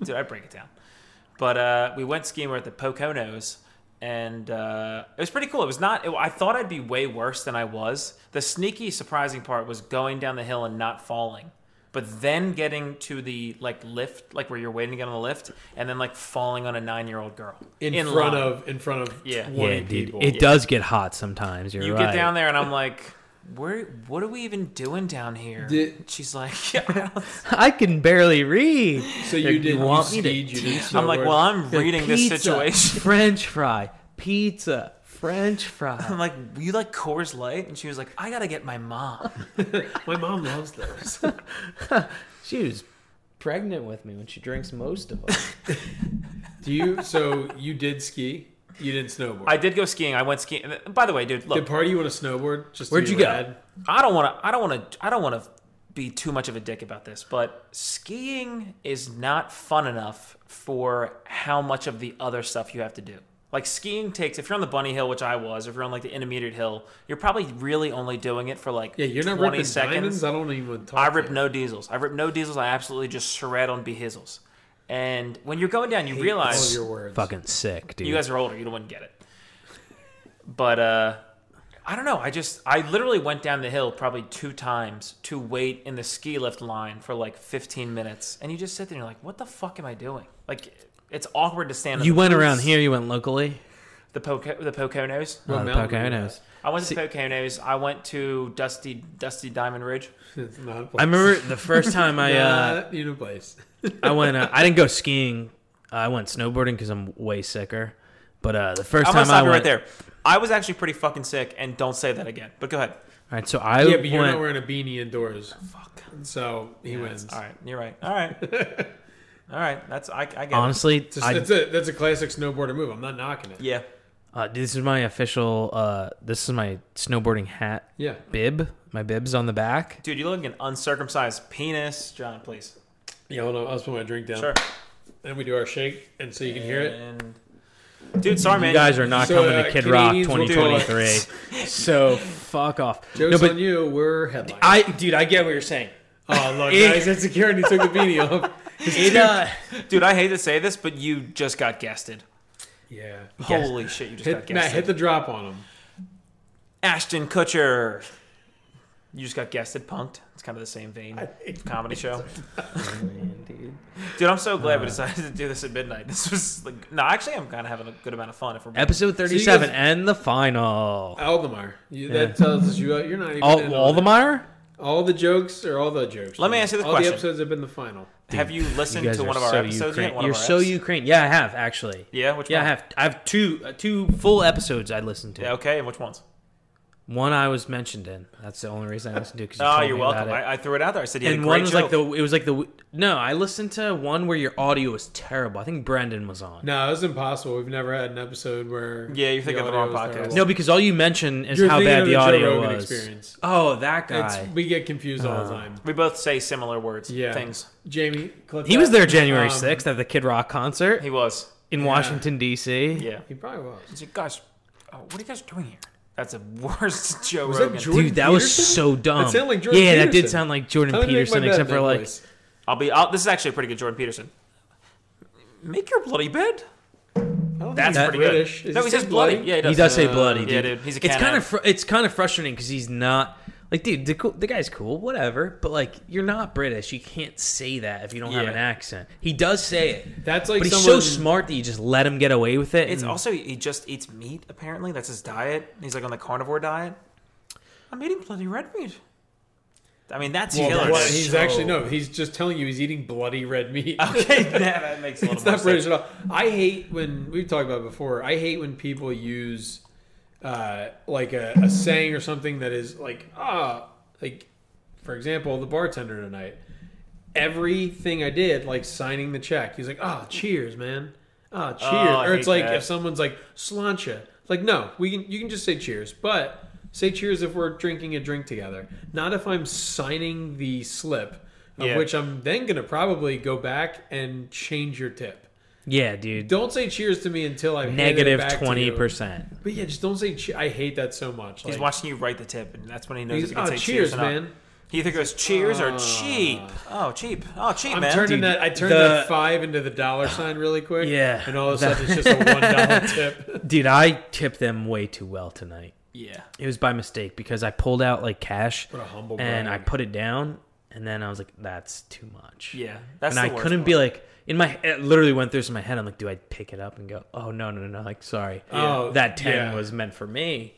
Speaker 3: dude. I break it down. But uh, we went skiing. We are at the Poconos, and uh, it was pretty cool. It was not. It, I thought I'd be way worse than I was. The sneaky, surprising part was going down the hill and not falling, but then getting to the like lift, like where you're waiting to get on the lift, and then like falling on a nine-year-old girl
Speaker 4: In,
Speaker 3: line.
Speaker 4: front of in front of
Speaker 3: Yeah.
Speaker 4: twenty
Speaker 5: Yeah, dude.
Speaker 4: people.
Speaker 5: It does get hot sometimes. You're
Speaker 3: You
Speaker 5: right.
Speaker 3: get down there, and I'm like, "Where? What are we even doing down here?"
Speaker 4: Did-
Speaker 3: She's like, *laughs*
Speaker 4: *laughs*
Speaker 3: "Yeah, I don't
Speaker 5: *laughs* I can barely read.
Speaker 4: So you did you,
Speaker 5: want me to
Speaker 4: skied, you
Speaker 3: *laughs*
Speaker 4: did
Speaker 3: I'm like, well, I'm reading this
Speaker 5: Pizza,
Speaker 3: situation. *laughs*
Speaker 5: French fry, pizza, French fry.
Speaker 3: I'm like, you like Coors Light? And she was like, I gotta get my mom.
Speaker 4: my mom loves those.
Speaker 5: She was pregnant with me when she drinks
Speaker 3: *laughs*
Speaker 5: most of them.
Speaker 4: Do you so you did ski? You didn't snowboard.
Speaker 3: I did go skiing. I went skiing. And By the way, dude,
Speaker 4: did
Speaker 3: look,
Speaker 4: party you want to snowboard? Just to
Speaker 5: Where'd
Speaker 4: be
Speaker 5: you go?
Speaker 4: rad?
Speaker 3: I don't wanna, I don't wanna, I don't wanna be too much of a dick about this, but skiing is not fun enough for how much of the other stuff you have to do. Like skiing takes, if you're on the bunny hill, which I was, if you're on like the intermediate hill, you're probably really only doing it for like
Speaker 4: Yeah, you're not
Speaker 3: 20
Speaker 4: ripping
Speaker 3: seconds.
Speaker 4: diamonds. I don't even want to talk.
Speaker 3: I
Speaker 4: to
Speaker 3: rip
Speaker 4: you.
Speaker 3: no diesels. I rip no diesels. I absolutely just shred on behizzles. And when you're going down, you realize
Speaker 4: all your words.
Speaker 5: Fucking sick, dude.
Speaker 3: you guys are older. You wouldn't get it. But uh, I don't know. I just I literally went down the hill probably two times to wait in the ski lift line for like 15 minutes, and you just sit there and you're like, what the fuck am I doing? Like it's awkward to stand. on
Speaker 5: You
Speaker 3: the
Speaker 5: went
Speaker 3: boots,
Speaker 5: around here. You went locally.
Speaker 3: The Poco the Poconos.
Speaker 4: What
Speaker 5: Oh, the
Speaker 4: mountain were you
Speaker 3: *laughs*
Speaker 5: Poconos.
Speaker 3: I went to the Poconos. I went to Dusty Dusty Diamond Ridge.
Speaker 4: at? It's not a place.
Speaker 5: I remember the first time
Speaker 3: *laughs*
Speaker 5: I uh,
Speaker 4: not in a place.
Speaker 5: I went. Uh, I didn't go skiing. I went snowboarding because I'm way sicker. But uh, the first
Speaker 3: I'm gonna
Speaker 5: time
Speaker 3: stop
Speaker 5: I
Speaker 3: you
Speaker 5: went
Speaker 3: right there. I was actually pretty fucking sick, and don't say that again. But go ahead.
Speaker 5: All right, so I
Speaker 4: yeah, but
Speaker 5: went.
Speaker 4: you're not wearing a beanie indoors,
Speaker 3: Fuck.
Speaker 4: so he wins.
Speaker 3: All right, you're right. All
Speaker 5: *laughs*
Speaker 3: right, all right. That's I. I get it.
Speaker 5: honestly,
Speaker 4: It's a-
Speaker 5: I,
Speaker 4: that's, a, that's a classic snowboarder move. I'm not knocking it.
Speaker 3: Yeah.
Speaker 5: uh, this is my official. Uh, this is my snowboarding hat
Speaker 4: Yeah.
Speaker 5: bib. My bib's on the back.
Speaker 3: Dude, you look like an uncircumcised penis, John. Please.
Speaker 4: Yeah, hold on. I'll just put my drink down.
Speaker 3: Sure.
Speaker 4: And we do our shake, and so you can hear it.
Speaker 3: And dude, sorry, man.
Speaker 5: You guys are not
Speaker 4: So,
Speaker 5: coming to
Speaker 4: uh,
Speaker 5: Kid
Speaker 4: Canadians
Speaker 5: Rock
Speaker 4: will do *laughs*
Speaker 5: 2023. so fuck off.
Speaker 4: Joke's
Speaker 5: no, but
Speaker 4: on you. We're headline.
Speaker 5: I, dude, I get what you're saying.
Speaker 4: *laughs* oh, look,
Speaker 5: It-
Speaker 4: now he's insecure and he took the beanie
Speaker 3: *laughs*
Speaker 4: off.
Speaker 5: It, uh,
Speaker 3: Dude, I hate to say this, but you just got guested.
Speaker 4: Yeah.
Speaker 3: Holy shit, you just got
Speaker 4: Hit,
Speaker 3: guested.
Speaker 4: Matt, hit the drop on him.
Speaker 3: Ashton Kutcher. You just got guested, punked. It's kind of the same vein. of Comedy show. Dude, I'm so
Speaker 5: Uh.
Speaker 3: glad we decided to do this at midnight. This was like, no, actually, I'm kind of having a good amount of fun. If we're being
Speaker 5: *laughs* episode
Speaker 4: guys-
Speaker 5: 37 and the final.
Speaker 4: Aldemar. You, That tells us you, uh, you're not even
Speaker 5: All,
Speaker 4: in on it.
Speaker 5: Aldemeyer?
Speaker 4: All the jokes or all the jokes.
Speaker 3: Let me ask you this
Speaker 4: all
Speaker 3: question.
Speaker 4: the episodes have been the final.
Speaker 3: Have you
Speaker 5: You
Speaker 3: listened
Speaker 5: guys
Speaker 3: to
Speaker 5: are
Speaker 3: one of our
Speaker 5: so
Speaker 3: episodes
Speaker 5: Ukraine.
Speaker 3: yet? One
Speaker 5: you're
Speaker 3: of our
Speaker 5: so
Speaker 3: eps?
Speaker 5: Ukraine. Yeah, I have actually.
Speaker 3: Yeah, which
Speaker 5: Yeah,
Speaker 3: one?
Speaker 5: I have. I have two uh, two full episodes I listened to.
Speaker 3: Yeah, okay, and which ones?
Speaker 5: One I was mentioned in. That's the only reason I listened to. it, 'cause you
Speaker 3: Oh,
Speaker 5: told
Speaker 3: you're
Speaker 5: me about
Speaker 3: welcome.
Speaker 5: it.
Speaker 3: I, I threw it out there. I said, yeah,
Speaker 5: and
Speaker 3: great
Speaker 5: one was
Speaker 3: joke.
Speaker 5: like the it was like the no. I listened to one where your audio was terrible. I think Brendan was on. No,
Speaker 4: No, it was impossible. We've never had an episode where.
Speaker 3: Yeah, you're thinking of the
Speaker 4: audio
Speaker 3: wrong
Speaker 4: was
Speaker 3: podcast.
Speaker 4: terrible.
Speaker 3: No,
Speaker 5: because all you mentioned is
Speaker 4: You're
Speaker 5: how
Speaker 4: thinking
Speaker 5: bad
Speaker 4: of
Speaker 5: the,
Speaker 4: Joe
Speaker 5: audio
Speaker 4: Rogan
Speaker 5: was.
Speaker 4: Experience.
Speaker 5: Oh, that guy.
Speaker 4: It's, we get confused all the time.
Speaker 3: we both say similar words.
Speaker 4: Yeah.
Speaker 3: Uh, Things.
Speaker 4: Jamie, clip
Speaker 5: He
Speaker 4: that.
Speaker 5: was there January
Speaker 4: Um,
Speaker 5: sixth at the Kid Rock concert
Speaker 3: He was.
Speaker 5: in Washington D.C.
Speaker 3: Yeah.
Speaker 4: He probably was.
Speaker 3: He's like, guys, oh, what are you guys doing here? That's the worst *laughs* Joe
Speaker 4: Was that
Speaker 3: Rogan.
Speaker 4: Jordan?
Speaker 5: Dude, that was
Speaker 4: Peterson?
Speaker 5: so dumb.
Speaker 4: That sounded like Jordan
Speaker 5: yeah, that did
Speaker 4: Peterson.
Speaker 5: sound like
Speaker 4: How
Speaker 5: Jordan
Speaker 4: did I make my
Speaker 5: Peterson,
Speaker 4: bed
Speaker 5: except for
Speaker 4: that
Speaker 5: like
Speaker 4: voice?
Speaker 3: I'll be. I'll, this is actually a pretty good Jordan Peterson. Make your bloody bed.
Speaker 4: I don't think
Speaker 3: That's
Speaker 4: he's
Speaker 3: pretty
Speaker 4: British.
Speaker 3: good.
Speaker 4: Is
Speaker 3: no, he
Speaker 4: he
Speaker 3: says
Speaker 4: still
Speaker 3: bloody.
Speaker 4: bloody?
Speaker 3: Yeah, he does.
Speaker 5: he does say
Speaker 4: Uh,
Speaker 5: bloody. Dude.
Speaker 3: yeah, dude, he's a
Speaker 5: It's
Speaker 3: cat
Speaker 5: kind
Speaker 3: man.
Speaker 5: of fr- it's kind of frustrating because he's not like dude. The, cool, the guy's cool, whatever. But like, you're not British. You can't say that if you don't have
Speaker 4: Yeah.
Speaker 5: an accent. He does say it.
Speaker 4: That's like
Speaker 5: but he's so
Speaker 4: someone-
Speaker 5: smart that you just let him get away with it.
Speaker 3: It's
Speaker 5: and-
Speaker 3: also he just eats meat. Apparently, that's his diet. He's like on the carnivore diet. I'm eating bloody red meat. I mean, that's
Speaker 4: Well,
Speaker 3: killer.
Speaker 4: blood-
Speaker 3: dude. *laughs*
Speaker 4: he's actually no. He's just telling you he's eating bloody red meat.
Speaker 3: okay. Yeah, that makes a little
Speaker 4: *laughs* it's
Speaker 3: more
Speaker 4: not British
Speaker 3: sense.
Speaker 4: at all. I hate when we've talked about it before. I hate when people use uh, like a, a saying or something that is like ah, like for example, the bartender tonight. Everything I did, like signing the check, he's like, "Ah, cheers, man! Ah, cheers!"
Speaker 3: I
Speaker 4: or it's
Speaker 3: hate
Speaker 4: like
Speaker 3: that.
Speaker 4: if someone's like slancha, It's like no, we can you can just say cheers, but say cheers if we're drinking a drink together, not if I'm signing the slip, of
Speaker 3: Yeah.
Speaker 4: which I'm then gonna probably go back and change your tip.
Speaker 5: yeah, dude.
Speaker 4: Don't say cheers to me until I've handed it
Speaker 5: Negative
Speaker 4: back to you.
Speaker 5: twenty percent.
Speaker 4: But yeah, just don't say. Che- I hate that so much.
Speaker 3: He's
Speaker 4: Like,
Speaker 3: watching you write the tip, and that's when he knows
Speaker 4: he's,
Speaker 3: if you can
Speaker 4: "Ah,
Speaker 3: say
Speaker 4: cheers,
Speaker 3: cheers, or not.
Speaker 4: man!
Speaker 3: He either goes cheers or
Speaker 4: Ah.
Speaker 3: cheap. Oh, cheap. Oh, cheap,
Speaker 4: I'm
Speaker 3: man.
Speaker 4: turning
Speaker 5: dude,
Speaker 4: that. I turned
Speaker 5: the-
Speaker 4: that five into the dollar sign really quick.
Speaker 5: Yeah.
Speaker 4: and all of a sudden it's just a
Speaker 5: *laughs*
Speaker 4: one dollar tip. *laughs*
Speaker 5: Dude, I tipped them way too well tonight.
Speaker 3: yeah.
Speaker 5: It was by mistake because I pulled out like cash
Speaker 4: What a humble
Speaker 5: and I
Speaker 4: brag.
Speaker 5: put it down, and then I was like, "That's too much."
Speaker 3: Yeah. That's
Speaker 5: and I
Speaker 3: the worst
Speaker 5: couldn't
Speaker 3: one.
Speaker 5: be like in my it literally went through this in my head. I'm like, do I pick it up and go? Oh no no no! no, Like sorry,
Speaker 4: Oh,
Speaker 5: that ten
Speaker 4: yeah.
Speaker 5: was meant for me.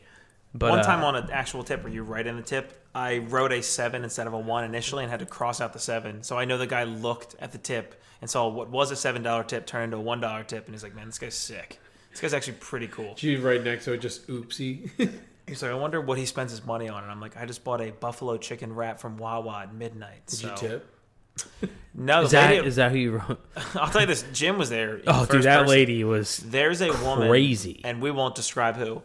Speaker 5: But
Speaker 3: One
Speaker 5: uh,
Speaker 3: time on an actual tip where you write in the tip, I wrote a seven instead of a one initially and had to cross out the seven. So I know the guy looked at the tip and saw what was a seven dollar tip turn into a one dollar tip, and he's like, "Man, this guy's sick. This guy's actually pretty cool."
Speaker 4: She's right next to it. Just oopsie. *laughs*
Speaker 3: He's like, "I wonder what he spends his money on." And I'm like, "I just bought a buffalo chicken wrap from Wawa at midnight."
Speaker 4: Did
Speaker 3: so.
Speaker 4: you tip?
Speaker 3: No,
Speaker 5: is
Speaker 3: the
Speaker 5: that
Speaker 3: lady,
Speaker 5: is that who you wrote?
Speaker 3: *laughs* I'll tell you this: Jim was there. in
Speaker 5: Oh, dude,
Speaker 3: first
Speaker 5: that
Speaker 3: person.
Speaker 5: lady was
Speaker 3: There's a woman
Speaker 5: Crazy.
Speaker 3: and we won't describe who.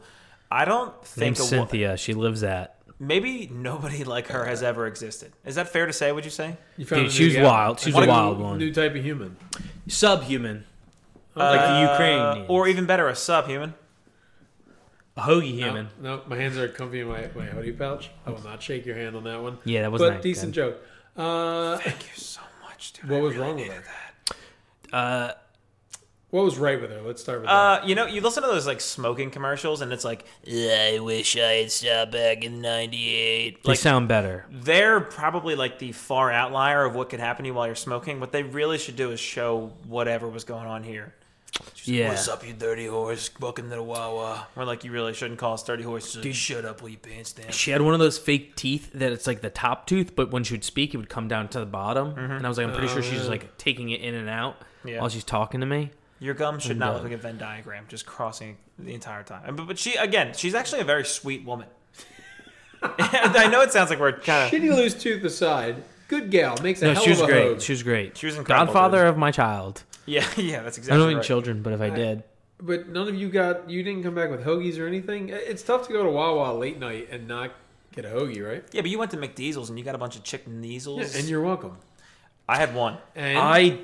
Speaker 3: I don't think
Speaker 5: named
Speaker 3: a wo-
Speaker 5: Cynthia. she lives at.
Speaker 3: maybe nobody *laughs* like her has ever existed. Is that fair to say? Would you say?
Speaker 4: You found
Speaker 5: Dude,
Speaker 4: a
Speaker 5: she
Speaker 4: new
Speaker 5: was
Speaker 4: gal.
Speaker 5: wild. She was
Speaker 4: What
Speaker 5: a wild
Speaker 4: new-
Speaker 5: one.
Speaker 4: New type of human.
Speaker 5: Subhuman, like the
Speaker 3: Uh,
Speaker 5: Ukraine,
Speaker 3: or even better, a subhuman.
Speaker 5: a hoagie
Speaker 4: No,
Speaker 5: human.
Speaker 4: No, my hands are comfy in my, my hoodie pouch. I will not shake your hand on that one.
Speaker 5: Yeah, that was
Speaker 4: but
Speaker 5: nice,
Speaker 4: decent joke. Uh,
Speaker 3: Thank you so much, dude.
Speaker 4: what was wrong with her?
Speaker 5: Uh,
Speaker 4: What was right with her? Let's start with
Speaker 3: Uh, you know, you listen to those like smoking commercials, and it's like, I wish I had stopped back in '98.
Speaker 5: they
Speaker 3: Like
Speaker 5: sound better.
Speaker 3: they're probably like the far outlier of what could happen to you while you're smoking. What they really should do is show whatever was going on here. She's like,
Speaker 5: Yeah.
Speaker 3: What's up, you dirty horse? Welcome to the Wawa. We're like, you really shouldn't call us dirty horses. Dude, shut up, will you pants down?
Speaker 5: She had one of those fake teeth that it's like the top tooth, but when she would speak, it would come down to the bottom. And I was like, I'm pretty sure she's just like taking it in and out
Speaker 3: Mm-hmm. Uh. Yeah.
Speaker 5: while she's talking to me.
Speaker 3: Your gum should not
Speaker 5: done.
Speaker 3: look like a Venn diagram, just crossing the entire time. But, but she, again, she's actually a very sweet woman. *laughs* I know it sounds like we're
Speaker 4: that.
Speaker 3: kind of.
Speaker 4: Shitty loose tooth aside, good gal makes a
Speaker 5: No,
Speaker 4: hell
Speaker 5: she was
Speaker 4: of a
Speaker 5: great.
Speaker 4: hoax.
Speaker 5: She was great.
Speaker 3: She was incredible,
Speaker 5: godfather
Speaker 3: dude.
Speaker 5: of my child.
Speaker 3: Yeah, *laughs* yeah, that's
Speaker 5: I
Speaker 3: exactly.
Speaker 5: don't mean
Speaker 3: right.
Speaker 5: children, but if I did,
Speaker 4: But none of you got. You didn't come back with hoagies or anything. It's tough to go to Wawa late night and not get a hoagie, right?
Speaker 3: Yeah, but you went to McDeezel's and you got a bunch of chicken diesels.
Speaker 4: And you're welcome.
Speaker 3: I had one.
Speaker 4: And
Speaker 5: I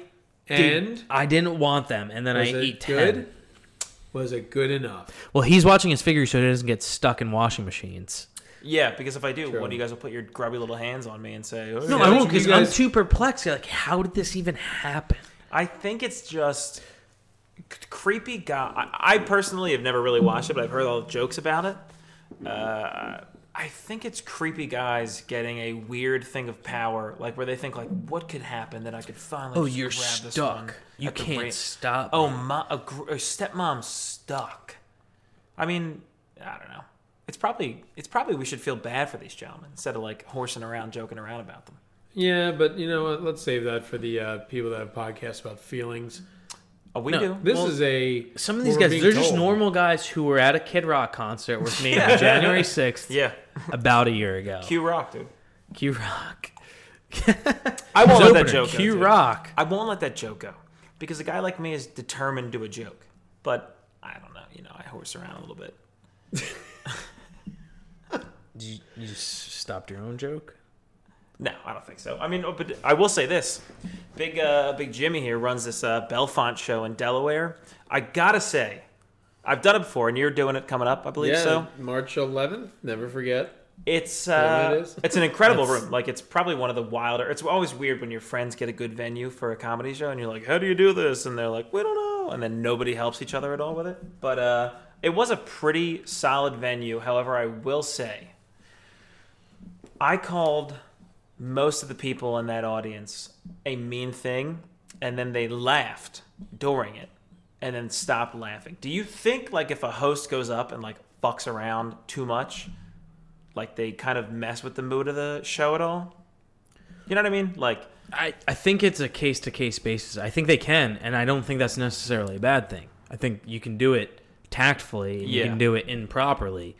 Speaker 5: did,
Speaker 4: and
Speaker 5: I didn't want them, and then I
Speaker 4: was it
Speaker 5: ate ten.
Speaker 4: good? Was it good enough?
Speaker 5: Well, he's watching his figure so he doesn't get stuck in washing machines.
Speaker 3: Yeah, because if I do,
Speaker 4: True.
Speaker 3: one of you guys will put your grubby little hands on me and say, "Oh,
Speaker 4: Yeah,
Speaker 5: No, I
Speaker 4: that's
Speaker 5: won't
Speaker 4: what you
Speaker 5: because I'm
Speaker 4: guys-
Speaker 5: too perplexed. Like, how did this even happen?
Speaker 3: I think it's just c- creepy guy. I, I personally have never really watched it, but I've heard all the jokes about it. Uh, I think it's creepy guys getting a weird thing of power, like where they think like, "What could happen that I could finally?"
Speaker 5: Oh,
Speaker 3: just
Speaker 5: you're
Speaker 3: grab This one
Speaker 5: stuck. You
Speaker 3: at the
Speaker 5: can't
Speaker 3: ra-"
Speaker 5: stop.
Speaker 3: Oh, my, a, gr- a stepmom's stuck. I mean, I don't know. It's probably it's probably we should feel bad for these gentlemen instead of like horsing around, joking around about them.
Speaker 4: Yeah, but you know what? Let's save that for the uh, people that have podcasts about feelings.
Speaker 3: Oh, we
Speaker 5: No,
Speaker 3: do.
Speaker 4: This
Speaker 5: Well,
Speaker 4: is a
Speaker 5: Some of these
Speaker 4: we're
Speaker 5: guys,
Speaker 4: being
Speaker 5: they're just
Speaker 4: told.
Speaker 5: normal guys who were at a Kid Rock concert with
Speaker 4: *laughs*
Speaker 5: me on January 6th
Speaker 3: yeah,
Speaker 5: about a year ago. Q,
Speaker 3: Q Rock, dude.
Speaker 5: Rock.
Speaker 3: I won't let that
Speaker 5: Opener,
Speaker 3: joke. go,
Speaker 5: Q
Speaker 3: dude.
Speaker 5: Rock.
Speaker 3: I won't let that joke go because a guy like me is determined to a joke. But I don't know, you know, I horse around a little bit.
Speaker 5: You, you just stopped your own joke?
Speaker 3: No, I don't think so. I mean, oh, but I will say this: big, uh, big Jimmy here runs this uh, Belfont show in Delaware. I gotta say, I've done it before, and you're doing it coming up, I believe.
Speaker 4: Yeah,
Speaker 3: So
Speaker 4: March 11th. Never forget.
Speaker 3: it's
Speaker 4: that what it
Speaker 3: uh,
Speaker 4: is?
Speaker 3: it's an incredible room. Like it's probably one of the wilder. It's always weird when your friends get a good venue for a comedy show, and you're like, "How do you do this?" And they're like, "We don't know," and then nobody helps each other at all with it. But uh, it was a pretty solid venue. However, I will say, I called most of the people in that audience a mean thing, and then they laughed during it, and then stopped laughing. Do you think like if a host goes up and like fucks around too much, like they kind of mess with the mood of the show at all? You know what I mean? Like,
Speaker 5: I, I think it's a case to case basis. I think they can, and I don't think that's necessarily a bad thing. I think you can do it tactfully, and
Speaker 3: Yeah.
Speaker 5: you can do it improperly,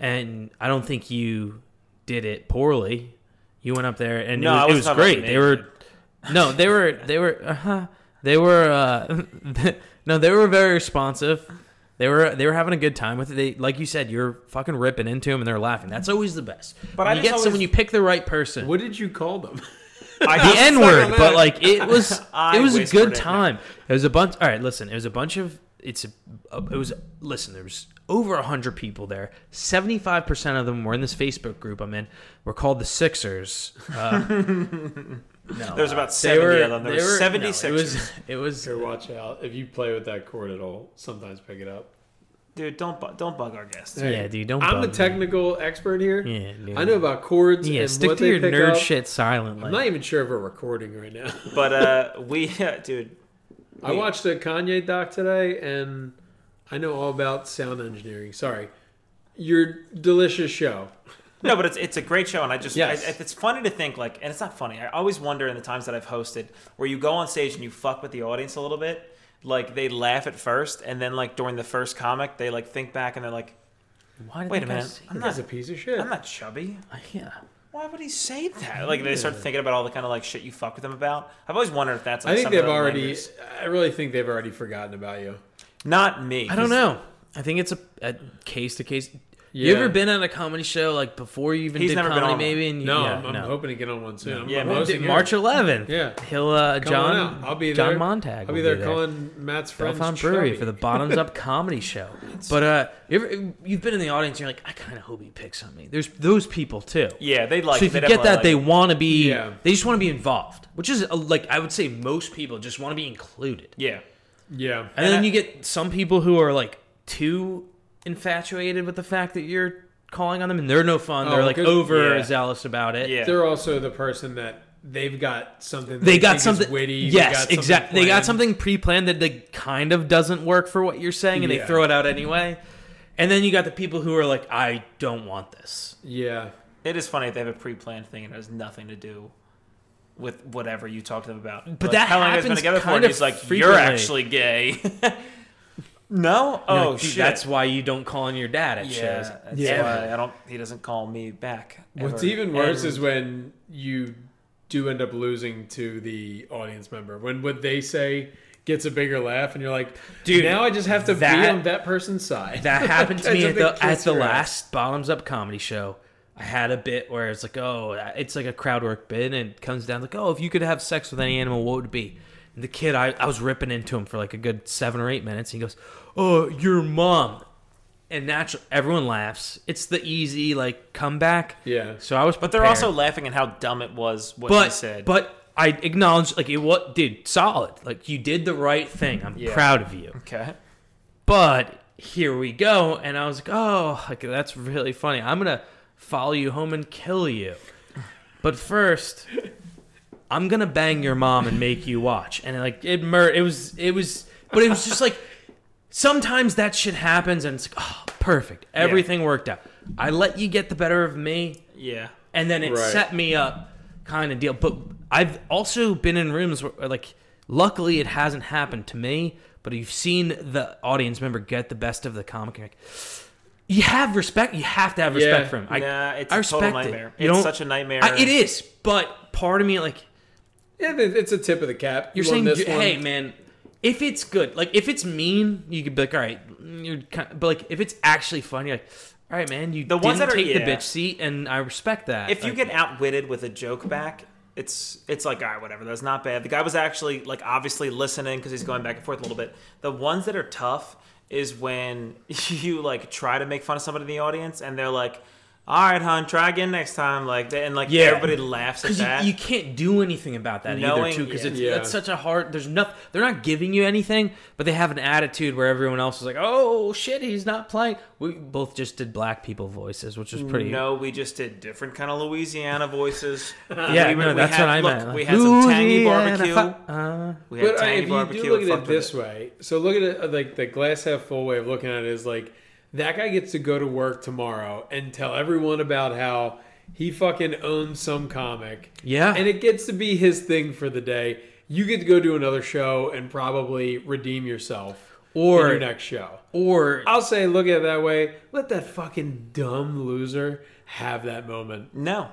Speaker 5: and I don't think you did it poorly. You went up there, and
Speaker 3: No, I
Speaker 5: it was, it
Speaker 3: wasn't
Speaker 5: was
Speaker 3: talking about
Speaker 5: great. They were, no, they were, they were, uh-huh, they were, uh, *laughs* no, they were very responsive. They were they were having a good time with it. They like you said, you're fucking ripping into them and they're laughing. That's always the best.
Speaker 3: But
Speaker 5: But
Speaker 3: I
Speaker 5: you
Speaker 3: just
Speaker 5: get
Speaker 3: always-
Speaker 5: some when you pick the right person
Speaker 4: What did you call them? *laughs*
Speaker 5: the N
Speaker 4: on
Speaker 5: word,
Speaker 4: that.
Speaker 5: but
Speaker 3: *laughs*
Speaker 5: like it was
Speaker 3: I
Speaker 5: it was a
Speaker 3: whispered
Speaker 5: good
Speaker 3: it.
Speaker 5: time. It was a bunch. All right, listen, it was a bunch of it's a, it was listen. There was over hundred people there. Seventy five percent of them were in this Facebook group I'm in. Were called the Sixers.
Speaker 3: *laughs*
Speaker 5: Uh, no,
Speaker 3: there was about
Speaker 5: Uh, they
Speaker 3: 70
Speaker 5: were.
Speaker 3: of them. There
Speaker 5: they
Speaker 3: were
Speaker 5: were
Speaker 3: 76.
Speaker 5: No, it was. It was.
Speaker 4: Here, watch out. If you play with that cord, it'll sometimes pick it up.
Speaker 5: *laughs*
Speaker 3: Dude, don't, bu- don't bug our guests.
Speaker 5: Yeah, dude, don't
Speaker 4: I'm the
Speaker 5: bug me.
Speaker 4: technical expert here.
Speaker 5: Yeah, dude.
Speaker 4: I know about cords.
Speaker 5: Yeah,
Speaker 4: and
Speaker 5: stick
Speaker 4: what
Speaker 5: to
Speaker 4: they
Speaker 5: your
Speaker 4: pick
Speaker 5: nerd
Speaker 4: up.
Speaker 5: shit silently.
Speaker 4: I'm not even sure if we're recording right now. *laughs*
Speaker 3: But uh, we, *laughs* dude,
Speaker 4: I watched a Kanye doc today, and I know all about sound engineering. Sorry, your delicious show.
Speaker 3: No, but it's it's a great show, and I just
Speaker 4: Yes.
Speaker 3: I, it's funny to think like, and it's not funny. I always wonder in the times that I've hosted where you go on stage and you fuck with the audience a little bit, like they laugh at first, and then like during the first comic, they like think back and they're like,
Speaker 5: Why did
Speaker 3: wait a
Speaker 5: they guys
Speaker 3: minute,
Speaker 5: say
Speaker 3: I'm
Speaker 4: That's
Speaker 3: not
Speaker 4: a piece of shit.
Speaker 3: I'm not chubby.
Speaker 5: that? Yeah.
Speaker 3: Why would he say that? Like they start thinking about all the kind of like shit you fuck with them about. I've always wondered if that's. Like,
Speaker 4: I think
Speaker 3: something
Speaker 4: they've
Speaker 3: that
Speaker 4: already.
Speaker 3: lingers.
Speaker 4: I really think they've already forgotten about you.
Speaker 3: Not me.
Speaker 5: I don't know. I think it's a, a case to case. You
Speaker 4: Yeah.
Speaker 5: ever been at a comedy show like before you even
Speaker 3: He's
Speaker 5: did
Speaker 3: never been
Speaker 5: comedy?
Speaker 3: on one.
Speaker 5: Maybe and you,
Speaker 4: No,
Speaker 5: yeah,
Speaker 4: I'm, I'm hoping to get on one soon. I'm-
Speaker 3: Yeah,
Speaker 4: I'm
Speaker 3: man.
Speaker 4: hosting
Speaker 5: Did-
Speaker 4: here.
Speaker 5: March 11th.
Speaker 4: Yeah.
Speaker 5: he'll uh,
Speaker 4: Come
Speaker 5: John.
Speaker 4: on out. I'll be
Speaker 5: John
Speaker 4: there.
Speaker 5: Montag.
Speaker 4: I'll be
Speaker 5: will
Speaker 4: there calling Matt's friends.
Speaker 5: Belfont Brewery
Speaker 4: chubby.
Speaker 5: for the Bottoms Up Comedy Show. But uh, you ever, you've been in the audience. You're like, I kind of hope he picks on me. There's those people too.
Speaker 3: Yeah, they like.
Speaker 5: so if
Speaker 3: they
Speaker 5: you get that,
Speaker 3: definitely
Speaker 5: they
Speaker 3: like,
Speaker 5: want to be.
Speaker 4: Yeah.
Speaker 5: They just want to be involved, which is uh, like I would say most people just want to be included.
Speaker 3: Yeah.
Speaker 4: *laughs* Yeah.
Speaker 5: And, then
Speaker 3: I-
Speaker 5: you get some people who are like too infatuated with the fact that you're calling on them, and they're no fun.
Speaker 4: Oh,
Speaker 5: they're like
Speaker 4: good-
Speaker 5: over
Speaker 3: yeah.
Speaker 5: zealous about it.
Speaker 3: Yeah.
Speaker 4: They're also the person that they've got something.
Speaker 5: They
Speaker 4: think
Speaker 5: got
Speaker 4: is
Speaker 5: something
Speaker 4: witty.
Speaker 5: Yes,
Speaker 4: they got
Speaker 5: exactly. They got
Speaker 4: planned.
Speaker 5: something pre-planned that they kind of doesn't work for what you're saying, and
Speaker 4: Yeah.
Speaker 5: they throw it out anyway. And then you got the people who are like, "I don't want this."
Speaker 4: Yeah.
Speaker 3: It is funny if they have a pre-planned thing and it has nothing to do with whatever you talk to them about. But
Speaker 5: that
Speaker 3: how long have you guys
Speaker 5: happens
Speaker 3: been together for?
Speaker 5: kind
Speaker 3: And
Speaker 5: of
Speaker 3: he's like,
Speaker 5: frequently.
Speaker 3: you're actually gay. *laughs* no,
Speaker 5: You're
Speaker 3: oh
Speaker 5: like, "Dude,
Speaker 3: shit.
Speaker 5: That's why you don't call on your dad at
Speaker 3: yeah.
Speaker 5: shows.
Speaker 3: That's
Speaker 4: Yeah.
Speaker 3: why I don't. He doesn't call me back.
Speaker 4: What's
Speaker 3: ever.
Speaker 4: even worse
Speaker 3: And-
Speaker 4: is when you do end up losing to the audience member. When what they say gets a bigger laugh, and you're like,
Speaker 5: Dude,
Speaker 4: dude, now I just have to be
Speaker 5: that-
Speaker 4: on that person's side.
Speaker 5: That happened to
Speaker 4: That's
Speaker 5: me
Speaker 4: a
Speaker 5: at
Speaker 4: big
Speaker 5: the, at
Speaker 4: kiss
Speaker 5: the
Speaker 4: your ass.
Speaker 5: last Bottoms Up comedy show. I had a bit where it's like, oh, it's like a crowd work bit, and it comes down like, oh, if you could have sex with any animal, what would it be? And the kid, I, I was ripping into him for like a good seven or eight minutes. And he goes, oh, your mom. And natural, everyone laughs. It's the easy like comeback.
Speaker 4: Yeah.
Speaker 5: So I was,
Speaker 3: But they're also laughing at how dumb it was what
Speaker 5: but
Speaker 3: he said.
Speaker 5: but I acknowledge like it what did solid. Like you did the right thing. I'm
Speaker 3: Yeah.
Speaker 5: proud of you
Speaker 3: okay.
Speaker 5: but here we go and i was like oh like, that's really funny i'm gonna follow you home and kill you but first i'm gonna bang your mom and make you watch and like it mur- it was it was but it was just like sometimes that shit happens and it's like oh perfect everything worked out i let you get the better of me
Speaker 3: Yeah.
Speaker 5: and then it
Speaker 4: Right.
Speaker 5: set me up kind of deal but i've also been in rooms where like luckily it hasn't happened to me but you've seen the audience member get the best of the comic and you're like, you have respect you have to have respect
Speaker 4: Yeah.
Speaker 5: for him I,
Speaker 3: nah, it's
Speaker 5: I
Speaker 3: a
Speaker 5: respect
Speaker 3: total
Speaker 5: it.
Speaker 3: nightmare.
Speaker 5: You
Speaker 3: it's
Speaker 5: don't-
Speaker 3: such a nightmare.
Speaker 5: I- it is but part of me like
Speaker 4: Yeah, it- it's a tip of the cap.
Speaker 5: you're
Speaker 4: You won
Speaker 5: saying
Speaker 4: this
Speaker 5: "Dude,
Speaker 4: one.
Speaker 5: hey man if it's good like if it's mean you could be like all right you're kind but like if it's actually fun you're like all right man you
Speaker 3: The
Speaker 5: didn't
Speaker 3: ones that are-
Speaker 5: take the
Speaker 3: yeah.
Speaker 5: bitch seat and i respect that
Speaker 3: If you
Speaker 5: Like,
Speaker 3: get outwitted with a joke back, it's it's like all right, whatever. That's not bad. The guy was actually like obviously listening because he's going back and forth a little bit. The ones that are tough is when *laughs* you like try to make fun of somebody in the audience and they're like, "All right, hon, try again next time." Like, that- and like
Speaker 5: Yeah.
Speaker 3: everybody laughs at
Speaker 5: Because
Speaker 3: that.
Speaker 5: you, you can't do anything about that
Speaker 3: Knowing-
Speaker 5: either, too. Because it's,
Speaker 4: yeah.
Speaker 5: it's such a hard. There's nothing. They're not giving you anything, but they have an attitude where everyone else is like, "Oh shit, he's not playing." We both just did black people voices, which was pretty.
Speaker 3: No, we just did different kind of Louisiana voices.
Speaker 5: *laughs* yeah,
Speaker 3: we, were-
Speaker 5: no,
Speaker 3: we
Speaker 5: that's
Speaker 3: had,
Speaker 5: what I
Speaker 3: look,
Speaker 5: meant.
Speaker 3: We
Speaker 5: like,
Speaker 3: had some tangy
Speaker 5: Louisiana
Speaker 3: barbecue.
Speaker 5: fu- uh,
Speaker 3: we had
Speaker 4: But I,
Speaker 3: tangy
Speaker 4: if you
Speaker 3: barbecue.
Speaker 4: do look at
Speaker 3: fucked
Speaker 4: it
Speaker 3: with
Speaker 4: this way, so look at it uh, like the glass half full way of looking at it is like that guy gets to go to work tomorrow and tell everyone about how he fucking owns some comic.
Speaker 5: Yeah.
Speaker 4: and it gets to be his thing for the day. You get to go do another show and probably redeem yourself
Speaker 5: Or-
Speaker 4: in your next show.
Speaker 5: or
Speaker 4: I'll say, look at it that way. Let that fucking dumb loser have that moment.
Speaker 3: No,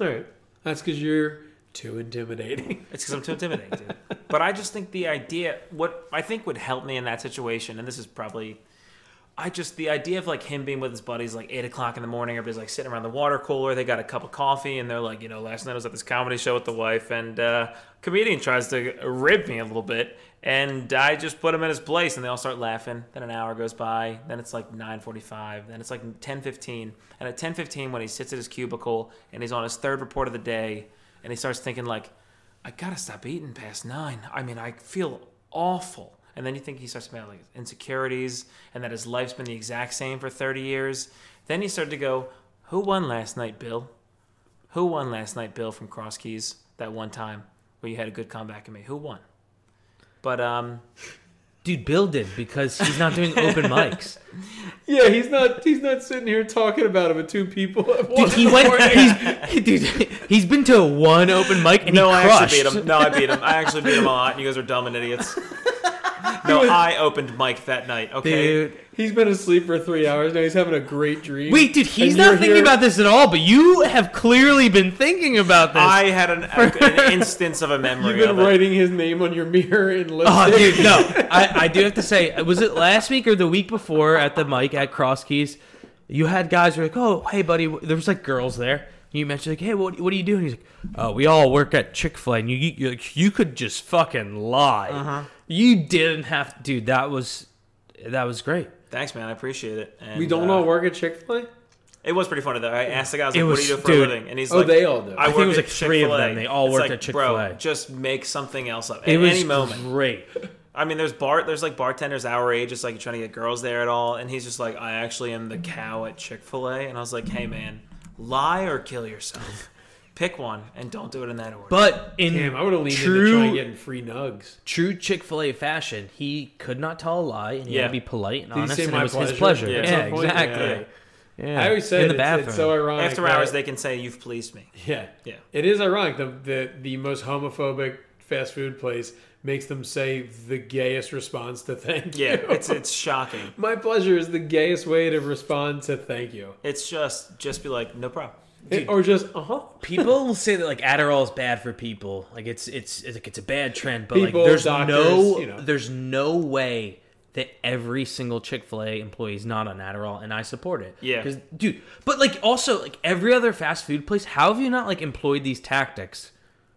Speaker 4: All right, that's because you're too intimidating.
Speaker 3: It's because I'm too intimidating, dude. But I just think the idea, what I think would help me in that situation, and this is probably, I just the idea of like him being with his buddies like eight o'clock in the morning. Everybody's like sitting around the water cooler. They got a cup of coffee, and they're like, you know, last night I was at this comedy show with the wife, and uh, comedian tries to rib me a little bit, and I just put him in his place, and they all start laughing. Then an hour goes by. Then it's like nine forty-five. Then it's like ten fifteen. And at ten fifteen, when he sits at his cubicle and he's on his third report of the day, and he starts thinking like. I gotta stop eating past nine. I mean, I feel awful. And then you think he starts about like insecurities and that his life's been the exact same for 30 years. Then he started to go, Who won last night, Bill? Who won last night, Bill, from Cross Keys that one time where you had a good comeback in me? Who won? But, um,
Speaker 5: dude, Bill did because he's
Speaker 3: *laughs*
Speaker 5: not doing open mics.
Speaker 4: Yeah, he's not. He's not sitting here talking about it with two people at
Speaker 5: Dude,
Speaker 4: once.
Speaker 5: he went.
Speaker 4: *laughs*
Speaker 5: He's, dude, he's been to one open mic and
Speaker 3: no,
Speaker 5: he
Speaker 3: I
Speaker 5: crushed.
Speaker 3: actually beat him. No, I beat him. I actually beat him a lot. You guys are dumb and idiots.
Speaker 5: *laughs*
Speaker 3: No, I opened Mike that night, okay?
Speaker 5: Dude,
Speaker 4: He's been asleep for three hours now. He's having a great dream.
Speaker 5: wait, dude, he's
Speaker 4: And
Speaker 5: not
Speaker 4: you're
Speaker 5: thinking
Speaker 4: here-
Speaker 5: about this at all. But you have clearly been thinking about this.
Speaker 3: I had an, an instance
Speaker 5: *laughs*
Speaker 3: of a memory.
Speaker 4: You've been
Speaker 3: of it.
Speaker 4: writing his name on your mirror in
Speaker 5: Oh,
Speaker 4: lipstick. *laughs*
Speaker 5: dude, no. I, I do have to say, was it last week or the week before at the mic at Cross Keys? You had guys who were like, oh, hey, buddy. There was like girls there. You mentioned like, hey, what, what do you do? And he's like, oh, we all work at Chick Fil A, and you you you're like, you could just fucking lie.
Speaker 4: Uh-huh.
Speaker 5: You didn't have, dude. That was that was great.
Speaker 3: Thanks, man. I appreciate it. And,
Speaker 4: we don't
Speaker 3: uh,
Speaker 4: all work at Chick Fil A.
Speaker 3: It was pretty funny though. I asked the guy, I was
Speaker 5: It
Speaker 3: like, "What do
Speaker 5: was-
Speaker 3: you do for
Speaker 5: dude.
Speaker 3: a living?" And he's
Speaker 4: Oh,
Speaker 3: like,
Speaker 4: they all do. I
Speaker 5: think it
Speaker 3: work
Speaker 5: was
Speaker 3: at
Speaker 5: like three of
Speaker 3: Chick-fil-A."
Speaker 5: them. They all
Speaker 3: It's
Speaker 5: worked
Speaker 3: like,
Speaker 5: at Chick-fil-A.
Speaker 3: Bro, just make something else up
Speaker 5: It
Speaker 3: at
Speaker 5: was
Speaker 3: any moment.
Speaker 5: great.
Speaker 3: I mean, there's bar, there's like bartenders our age, just like trying to get girls there at all, and he's just like, "I actually am the cow at Chick Fil A," and I was like, "Hey, man, lie or kill yourself. Pick one, and don't do it in that order."
Speaker 5: But in
Speaker 4: Damn, I would have leaned
Speaker 5: true
Speaker 4: into trying getting free nugs.
Speaker 5: true Chick Fil A fashion, he could not tell a lie, and he had
Speaker 3: Yeah.
Speaker 5: to be polite and
Speaker 4: Did he
Speaker 5: honest,
Speaker 4: say
Speaker 5: and
Speaker 4: my
Speaker 5: it was his
Speaker 4: pleasure?
Speaker 5: pleasure.
Speaker 3: Yeah.
Speaker 5: Yeah,
Speaker 3: At
Speaker 4: some point,
Speaker 5: exactly.
Speaker 4: yeah.
Speaker 5: Yeah.
Speaker 4: I always said
Speaker 5: in the
Speaker 4: it's-
Speaker 5: bathroom.
Speaker 4: It's so ironic.
Speaker 3: after hours,
Speaker 4: that-
Speaker 3: they can say, "You've pleased me."
Speaker 4: yeah,
Speaker 3: Yeah.
Speaker 4: It is ironic. The, the the most homophobic fast food place makes them say the gayest response to thank
Speaker 3: Yeah,
Speaker 4: you.
Speaker 3: it's it's shocking.
Speaker 4: my pleasure is the gayest way to respond to thank you,
Speaker 3: It's just just be like, "No problem."
Speaker 4: or just uh huh.
Speaker 5: people will say that like Adderall is bad for people. Like it's it's it's, like it's a bad trend, but
Speaker 4: People,
Speaker 5: like there's
Speaker 4: doctors,
Speaker 5: no
Speaker 4: you know.
Speaker 5: there's no way that every single Chick-fil-A employee is not on Adderall and I support it.
Speaker 3: Yeah.
Speaker 5: Cuz dude, but like also like every other fast food place, how have you not like employed these tactics?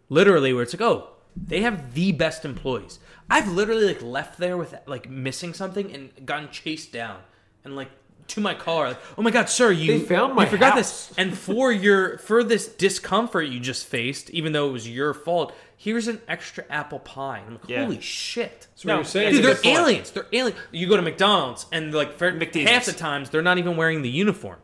Speaker 5: Literally where it's like, "Oh, they have the best employees." I've literally like left there with like missing something and gotten chased down and like to my car like, "Oh my god, sir, you
Speaker 4: They found my
Speaker 5: you forgot
Speaker 4: house."
Speaker 5: this and for your for this discomfort you just faced, even though it was your fault, here's an extra apple pie. I'm like,
Speaker 3: Yeah.
Speaker 5: holy shit.
Speaker 4: So what
Speaker 3: No,
Speaker 4: you're saying is
Speaker 5: Dude, they're
Speaker 4: that-
Speaker 5: aliens. They're alien. You go to McDonald's and like for half
Speaker 3: McDeezus.
Speaker 5: the times they're not even wearing the uniform.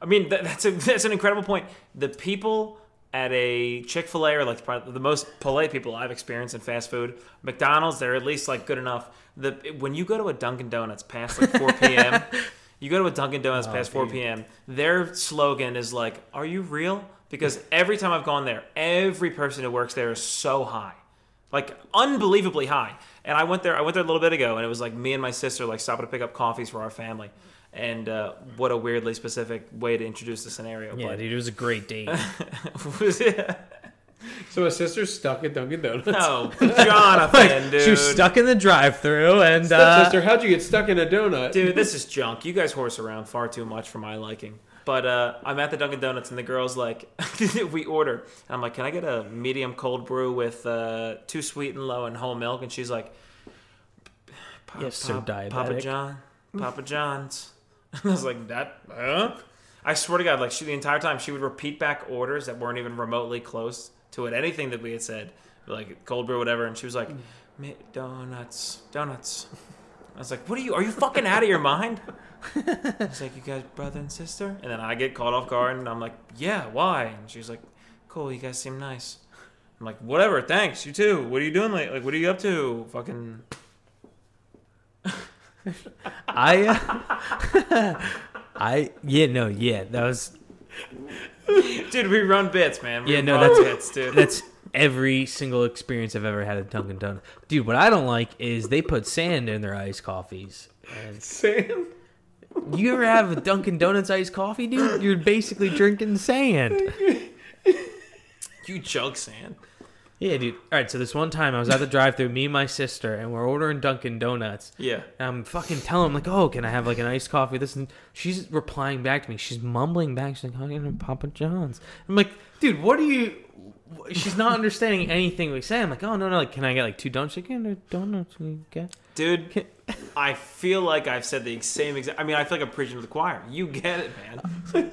Speaker 3: I mean, that, that's a, *laughs* that's an incredible point. The people at a Chick Fil A are like probably the most polite people I've experienced in fast food. McDonald's, they're at least like good enough. The when you go to a Dunkin' Donuts past like 4 p.m., you go to a Dunkin' Donuts past 4 p.m. Their slogan is like, "Are you real?" Because every time I've gone there, every person who works there is so high like unbelievably high. And I went there. I went there a little bit ago, and it was like me and my sister like stopping to pick up coffees for our family. And uh, what a weirdly specific way to introduce the scenario.
Speaker 5: Yeah,
Speaker 3: but
Speaker 5: dude, it was a great *laughs* date.
Speaker 3: *laughs*
Speaker 4: So my sister's stuck at Dunkin' Donuts.
Speaker 3: no, Oh,
Speaker 5: *laughs*
Speaker 3: Jonathan, dude.
Speaker 5: she was stuck in the drive-through, and uh,
Speaker 4: Stepsister, how'd you get stuck in a donut?
Speaker 3: Dude, this is junk. You guys horse around far too much for my liking. But uh, I'm at the Dunkin' Donuts, and the girl's like, *laughs* we order. And I'm like, can I get a medium cold brew with uh, too sweet and low and whole milk? And she's like,
Speaker 5: Yeah, so
Speaker 3: Pop-
Speaker 5: diabetic.
Speaker 3: Papa John,
Speaker 5: *laughs*
Speaker 3: Papa John's. *laughs* And I was like, that, huh? I swear to God, like she the entire time she would repeat back orders that weren't even remotely close to it. Anything that we had said, like cold brew, whatever, and she was like, "Mi- donuts, donuts. I was like, what are you? Are you fucking out of your mind? It's like, you guys brother and sister? And then I get caught off guard, and I'm like, yeah, why? And she's like, cool, you guys seem nice. I'm like, whatever, thanks, you too. What are you doing late? Like, what are you up to? Fucking
Speaker 5: I, uh, *laughs* I, yeah, no, yeah, that was
Speaker 3: Dude, we run bits, man. We
Speaker 5: Yeah, no,
Speaker 3: run
Speaker 5: that's-
Speaker 3: bits, dude.
Speaker 5: that's every single experience I've ever had at Dunkin' Donuts. Dude, what I don't like is they put sand in their iced coffees. And
Speaker 4: Sam. *laughs*
Speaker 5: you ever have a Dunkin' Donuts iced coffee, dude? You're basically drinking sand.
Speaker 3: you chug sand.
Speaker 5: Yeah, dude. All right, so this one time I was at the drive-thru, me and my sister, and we're ordering Dunkin' Donuts.
Speaker 3: Yeah.
Speaker 5: And I'm fucking telling him like, oh, can I have like an iced coffee? This and she's replying back to me. She's mumbling back. She's like, oh, you know, Papa John's. I'm like, dude, what are you? She's not understanding anything we say. I'm like, oh no no, like, can I get like two donuts? She's like, yeah, no donuts. You get.
Speaker 3: Dude, I feel like I've said the same exact. I mean, I feel like I'm preaching to the choir. You get it, man.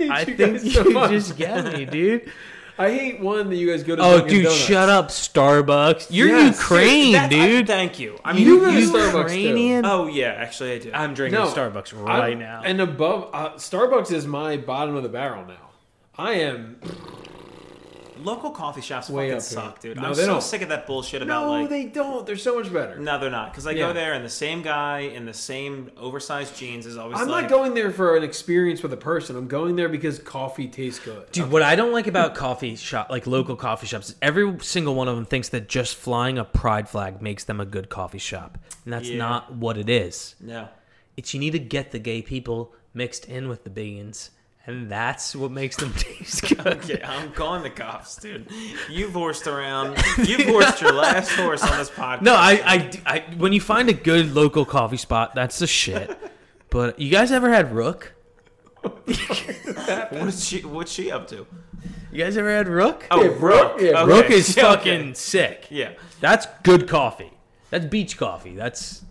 Speaker 5: I
Speaker 4: you
Speaker 5: think
Speaker 4: guys so
Speaker 5: you
Speaker 4: much.
Speaker 5: just get me, dude.
Speaker 4: I hate one that you guys go to.
Speaker 5: Oh,
Speaker 4: Dunkin'
Speaker 5: dude,
Speaker 4: Donuts.
Speaker 5: shut up, Starbucks. *laughs* You're
Speaker 4: Yes.
Speaker 5: Ukraine,
Speaker 3: That- I-
Speaker 5: dude.
Speaker 3: thank you. I mean,
Speaker 4: You really- Starbucks, too.
Speaker 5: Ukrainian.
Speaker 3: oh yeah, actually I do.
Speaker 5: I'm drinking
Speaker 4: No,
Speaker 5: Starbucks
Speaker 4: I'm-
Speaker 5: right now.
Speaker 4: And above, uh, Starbucks is my bottom of the barrel now. I am.
Speaker 3: Local coffee shops
Speaker 4: Way
Speaker 3: fucking
Speaker 4: up here.
Speaker 3: suck, dude.
Speaker 4: No,
Speaker 3: I'm
Speaker 4: they
Speaker 3: so
Speaker 4: don't.
Speaker 3: sick of that bullshit about
Speaker 4: No,
Speaker 3: like.
Speaker 4: they don't. They're so much better.
Speaker 3: no, they're not. Because I
Speaker 4: Yeah.
Speaker 3: go there and the same guy in the same oversized jeans is always.
Speaker 4: I'm
Speaker 3: like,
Speaker 4: not going there for an experience with a person. I'm going there because coffee tastes good.
Speaker 5: Dude, what I don't like about coffee shop, like local coffee shops, is every single one of them thinks that just flying a pride flag makes them a good coffee shop, and that's
Speaker 3: Yeah.
Speaker 5: not what it is.
Speaker 3: No.
Speaker 5: It's you need to get the gay people mixed in with the vegans, and that's what makes them *laughs* taste good.
Speaker 3: Okay, I'm calling the cops, dude. You've horsed
Speaker 5: *laughs*
Speaker 3: around. You've horsed your last horse on this podcast.
Speaker 5: No, I, I, I, when you find a good local coffee spot, that's the shit. but you guys ever had Rook?
Speaker 3: What's she? What's she up to?
Speaker 5: You guys ever had Rook?
Speaker 3: Oh,
Speaker 4: Yeah, Rook- yeah,
Speaker 3: Okay.
Speaker 5: Rook is
Speaker 3: Yeah, *laughs* okay.
Speaker 5: fucking sick.
Speaker 3: Yeah,
Speaker 5: That's good coffee. That's beach coffee. That's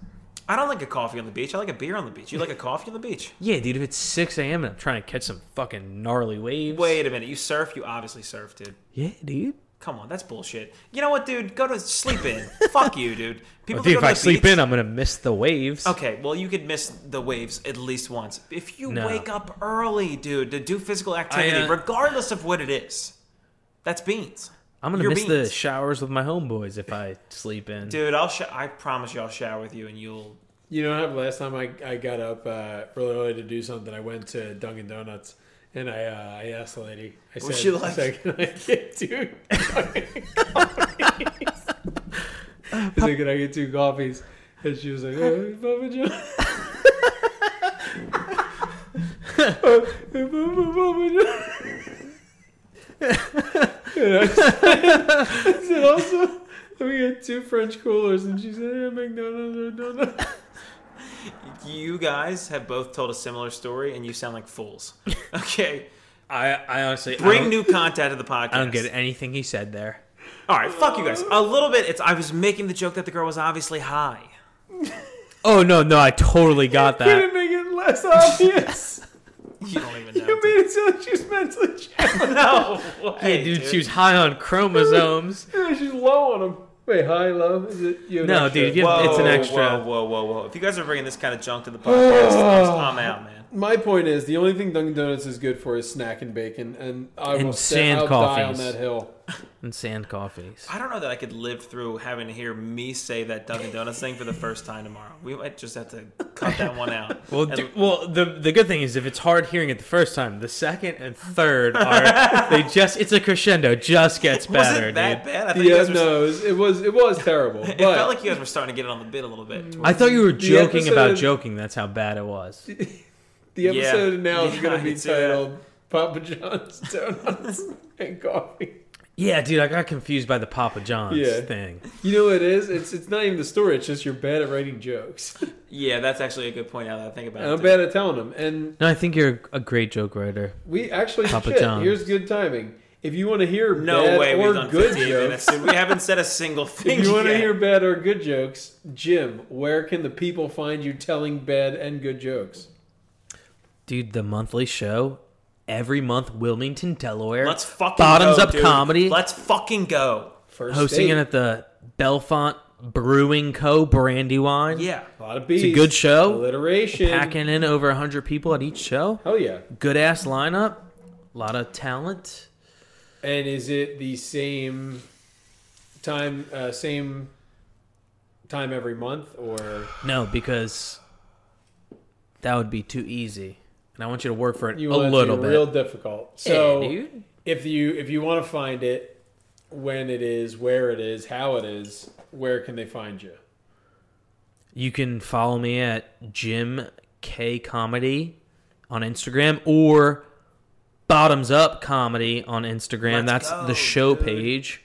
Speaker 3: I don't like a coffee on the beach. I like a beer on the beach. You like a coffee on the
Speaker 5: *laughs*
Speaker 3: beach?
Speaker 5: Yeah, dude, if it's 6 a.m. and I'm trying to catch some fucking gnarly waves.
Speaker 3: Wait a minute. You surf? You obviously surf, dude.
Speaker 5: Yeah, dude.
Speaker 3: Come on, that's bullshit. You know what, dude? Go to sleep
Speaker 5: *laughs*
Speaker 3: in. Fuck you, dude. People that
Speaker 5: Dude,
Speaker 3: go to
Speaker 5: if I
Speaker 3: the
Speaker 5: sleep
Speaker 3: beach-
Speaker 5: in, I'm going to miss the waves.
Speaker 3: Okay, well, you could miss the waves at least once. If you
Speaker 5: No.
Speaker 3: wake up early, dude, to do physical activity,
Speaker 5: uh,
Speaker 3: regardless of what it is, that's beans.
Speaker 5: I'm going to
Speaker 3: You're
Speaker 5: miss the
Speaker 3: beans.
Speaker 5: showers with my homeboys if I sleep in.
Speaker 3: Dude, I'll sh- I promise you, I'll shower with you, and you'll.
Speaker 4: You know, how last time I, I got up uh, really early to do something, I went to Dunkin' Donuts and I uh, I asked the lady. I said,
Speaker 3: she like?
Speaker 4: I said, "Can I get two coffees?" *laughs* I said, "Can I get two coffees?" And she was like, oh, "Papa John." *laughs* Oh, Papa, Papa John. And I said- I said, also, we had two French coolers, and she said, yeah, McDonald's or donuts.
Speaker 3: You guys have both told a similar story, and you sound like
Speaker 5: *laughs*
Speaker 3: fools. Okay,
Speaker 5: I, I honestly I
Speaker 3: bring
Speaker 5: don't-
Speaker 3: new content to the podcast.
Speaker 5: I don't get anything he said there.
Speaker 3: All right, fuck you guys. A little bit. It's I was making the joke that the girl was obviously high.
Speaker 5: *laughs* Oh, no, no, I totally got
Speaker 4: Couldn't
Speaker 5: that.
Speaker 4: make it
Speaker 3: *laughs*
Speaker 4: less obvious.
Speaker 3: You don't even know.
Speaker 4: you made it sound like she's mentally challenged.
Speaker 3: *laughs*
Speaker 5: *laughs*
Speaker 3: no
Speaker 5: Hey, dude, she was high on chromosomes.
Speaker 4: Yeah, *laughs* she's low on him. Wait, high, low? Is it you? have
Speaker 5: No,
Speaker 4: extra?
Speaker 5: dude, you have- It's an extra.
Speaker 3: Whoa, whoa, whoa, whoa! If you guys are bringing this kind of junk to the podcast,
Speaker 5: *sighs*
Speaker 3: I'm, I'm out, man.
Speaker 4: My point is, the only thing Dunkin' Donuts is good for is snack and bacon, and I
Speaker 5: And
Speaker 4: will stand,
Speaker 5: sand
Speaker 4: I'll die on
Speaker 5: coffees.
Speaker 4: that hill.
Speaker 5: *laughs* And sand coffees.
Speaker 3: I don't know that I could live through having to hear me say that Dunkin' Donuts thing for the first time tomorrow. We might just have to cut that one out.
Speaker 5: Well,
Speaker 3: And-
Speaker 5: do, well, the the good thing is if it's hard hearing it the first time, the second and third *laughs* are they just it's a crescendo, just gets
Speaker 3: was
Speaker 5: better,
Speaker 3: it that
Speaker 5: dude.
Speaker 3: bad? I thought you
Speaker 4: Yeah,
Speaker 3: guys were.
Speaker 4: uh, no, it was, it was
Speaker 3: *laughs*
Speaker 4: it was terrible.
Speaker 3: It
Speaker 4: but Mm.
Speaker 3: felt like you guys were starting to get it on the bit a little bit.
Speaker 5: I thought you were joking about
Speaker 4: episode-
Speaker 5: joking. That's how bad it was.
Speaker 4: the
Speaker 3: Yeah.
Speaker 4: episode now
Speaker 3: *laughs*
Speaker 4: is
Speaker 3: Yeah,
Speaker 4: going to
Speaker 3: I
Speaker 4: be
Speaker 3: see that.
Speaker 4: titled "Papa John's *laughs* Donuts and Coffee."
Speaker 5: Yeah, dude, I got confused by the Papa John's
Speaker 4: Yeah.
Speaker 5: thing.
Speaker 4: You know what it is? It's it's not even the story. It's just you're bad at writing
Speaker 3: *laughs*
Speaker 4: jokes.
Speaker 3: Yeah, that's actually a good point. Now that I think about
Speaker 4: And
Speaker 3: it,
Speaker 4: I'm
Speaker 3: too.
Speaker 4: bad at telling them. And
Speaker 5: No, I think you're a great joke writer.
Speaker 4: We actually
Speaker 5: Papa
Speaker 4: shit,
Speaker 5: John's.
Speaker 4: here's good timing. If you want to hear
Speaker 3: No
Speaker 4: bad
Speaker 3: way
Speaker 4: or
Speaker 3: we've done
Speaker 4: good
Speaker 3: 58
Speaker 4: jokes,
Speaker 3: minutes. dude. We haven't said a single thing *laughs*
Speaker 4: if *laughs* you want to
Speaker 3: yet.
Speaker 4: hear bad or good jokes, Jim, where can the people find you telling bad and good jokes?
Speaker 5: Dude, the monthly show every month, Wilmington, Delaware.
Speaker 3: Let's fucking
Speaker 5: bottoms
Speaker 3: go,
Speaker 5: up
Speaker 3: dude.
Speaker 5: comedy.
Speaker 3: Let's fucking go.
Speaker 4: First
Speaker 5: hosting
Speaker 4: date.
Speaker 5: it at the Belfont Brewing Co. Brandywine.
Speaker 3: Yeah.
Speaker 4: a lot of beats.
Speaker 5: It's a good show.
Speaker 4: Alliteration.
Speaker 5: Packing in over 100 people at each show.
Speaker 4: Hell yeah!
Speaker 5: Good ass lineup. A lot of talent.
Speaker 4: And is it the same time, uh, same time every month, or
Speaker 5: No, because that would be too easy. And I want you to work for it
Speaker 4: you
Speaker 5: a
Speaker 4: want
Speaker 5: little
Speaker 4: it to
Speaker 5: bit.
Speaker 4: be real difficult? So
Speaker 5: dude.
Speaker 4: if you if you want to find it, when it is, where it is, how it is, where can they find you?
Speaker 5: You can follow me at Jim K Comedy on Instagram or Bottoms Up Comedy on Instagram.
Speaker 3: Let's
Speaker 5: That's
Speaker 3: go,
Speaker 5: the show
Speaker 3: dude.
Speaker 5: page.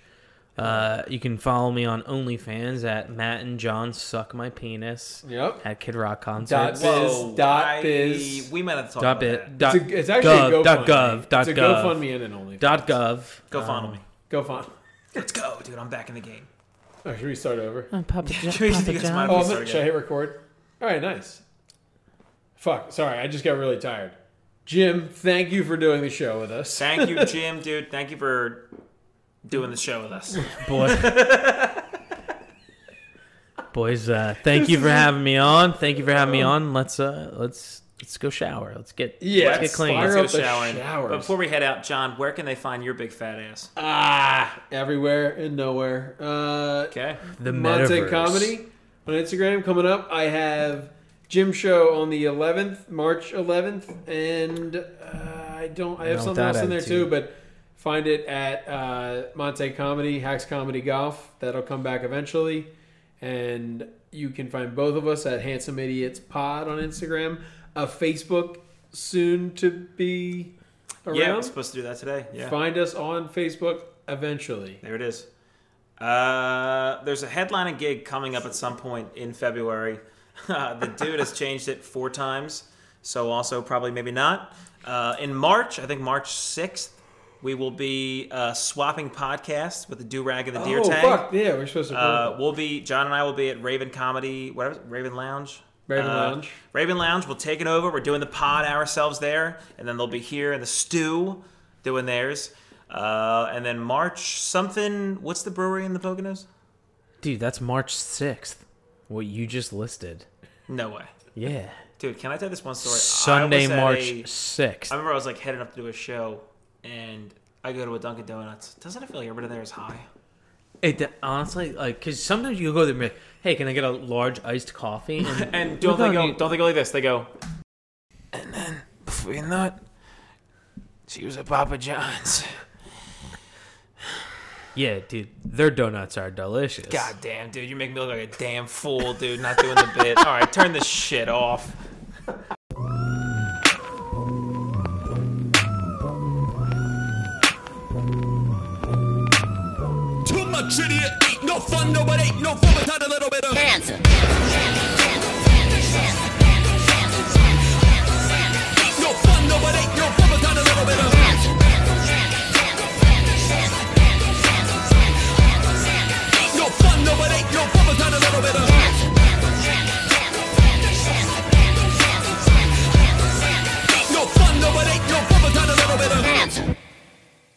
Speaker 5: Uh, you can follow me on OnlyFans at Matt and John Suck My Penis
Speaker 4: Yep.
Speaker 5: at Kid Rock
Speaker 4: Dot
Speaker 5: Concerts.
Speaker 4: biz, dot
Speaker 3: I-
Speaker 4: biz.
Speaker 3: We might have to talk
Speaker 5: Dot
Speaker 3: about
Speaker 5: bit.
Speaker 3: that.
Speaker 5: Dot,
Speaker 4: It's, a, it's actually
Speaker 5: gov,
Speaker 4: a
Speaker 5: dot
Speaker 4: GoFundMe.
Speaker 5: gov. Dot
Speaker 4: it's a
Speaker 5: gov.
Speaker 4: GoFundMe and an OnlyFans.
Speaker 5: Dot gov.
Speaker 3: Go follow me.
Speaker 4: GoFund.
Speaker 3: Let's go, dude. I'm back in the game.
Speaker 4: Oh, should we start over?
Speaker 5: Uh,
Speaker 3: *laughs*
Speaker 5: Papa Jo-
Speaker 3: Should we just
Speaker 5: Papa
Speaker 3: think it's
Speaker 5: John.
Speaker 3: my-
Speaker 4: Oh,
Speaker 3: we
Speaker 4: I'm
Speaker 3: start
Speaker 4: not- should I hit record? All right, nice. Fuck, sorry, I just got really tired. Jim, thank you for doing the show with us.
Speaker 3: Thank
Speaker 4: *laughs*
Speaker 3: you, Jim, dude. Thank you for doing the show with us.
Speaker 5: Boy. *laughs* Boys, uh, thank you for having me on. Thank you for having me
Speaker 3: Um,
Speaker 5: on. Let's uh, let's let's go shower. Let's get
Speaker 4: Yeah,
Speaker 5: let's get clean.
Speaker 4: fire
Speaker 3: Let's
Speaker 4: up
Speaker 3: go
Speaker 4: the
Speaker 3: showering.
Speaker 4: showers.
Speaker 3: But Before we head out, John, where can they find your big fat ass?
Speaker 4: Ah, everywhere and nowhere. Uh,
Speaker 3: Okay.
Speaker 5: The
Speaker 4: Monte
Speaker 5: metaverse.
Speaker 4: Comedy on Instagram coming up. I have Jim show on the 11th, March 11th, and uh, I don't. I have
Speaker 5: Not
Speaker 4: something
Speaker 5: that
Speaker 4: else in there too,
Speaker 5: attitude.
Speaker 4: but find it at uh, Monte Comedy Hacks Comedy Golf. That'll come back eventually, and you can find both of us at Handsome Idiots Pod on Instagram, a Facebook soon to be around.
Speaker 3: Yeah, we're supposed to do that today. Yeah.
Speaker 4: Find us on Facebook eventually.
Speaker 3: There it is. Uh, there's a headlining gig coming up at some point in February. *laughs* Uh, the dude has changed it four times, so also probably maybe not. Uh, in March, I think March 6th, we will be uh, swapping podcasts with the Do Rag and the Deer
Speaker 4: oh
Speaker 3: Tag.
Speaker 4: fuck! Yeah, we're supposed to.
Speaker 3: Uh, we'll be John and I will be at Raven Comedy, whatever Raven Lounge.
Speaker 4: Raven
Speaker 3: Uh,
Speaker 4: Lounge.
Speaker 3: Raven Lounge. We'll take it over. We're doing the pod ourselves there, and then they'll be here in the stew doing theirs. Uh, and then March something. What's the brewery in the Poconos?
Speaker 5: Dude, that's March 6th. What you just listed.
Speaker 3: No way,
Speaker 5: Yeah.
Speaker 3: dude. Can I tell this one story? I
Speaker 5: Sunday,
Speaker 3: was at
Speaker 5: March
Speaker 3: a-
Speaker 5: 6th.
Speaker 3: I remember I was like heading up to do a show, and I go to a Dunkin' Donuts. Doesn't it feel like everybody there is high?
Speaker 5: It de- honestly, like, because sometimes you go there and be like, hey, can I get a large iced coffee?
Speaker 3: *laughs*
Speaker 5: And,
Speaker 3: And don't
Speaker 5: Look
Speaker 3: they
Speaker 5: on
Speaker 3: go?
Speaker 5: you-
Speaker 3: Don't they go like this? They go. And then before you know it, she was at Papa John's.
Speaker 5: yeah, dude, their donuts are delicious.
Speaker 3: God damn, dude, you make me look like a damn fool, dude. Not doing the bit. All right, turn this shit off.
Speaker 1: Too much idiot, ain't no fun, no it ain't no fun without a little bit of
Speaker 2: Cancer.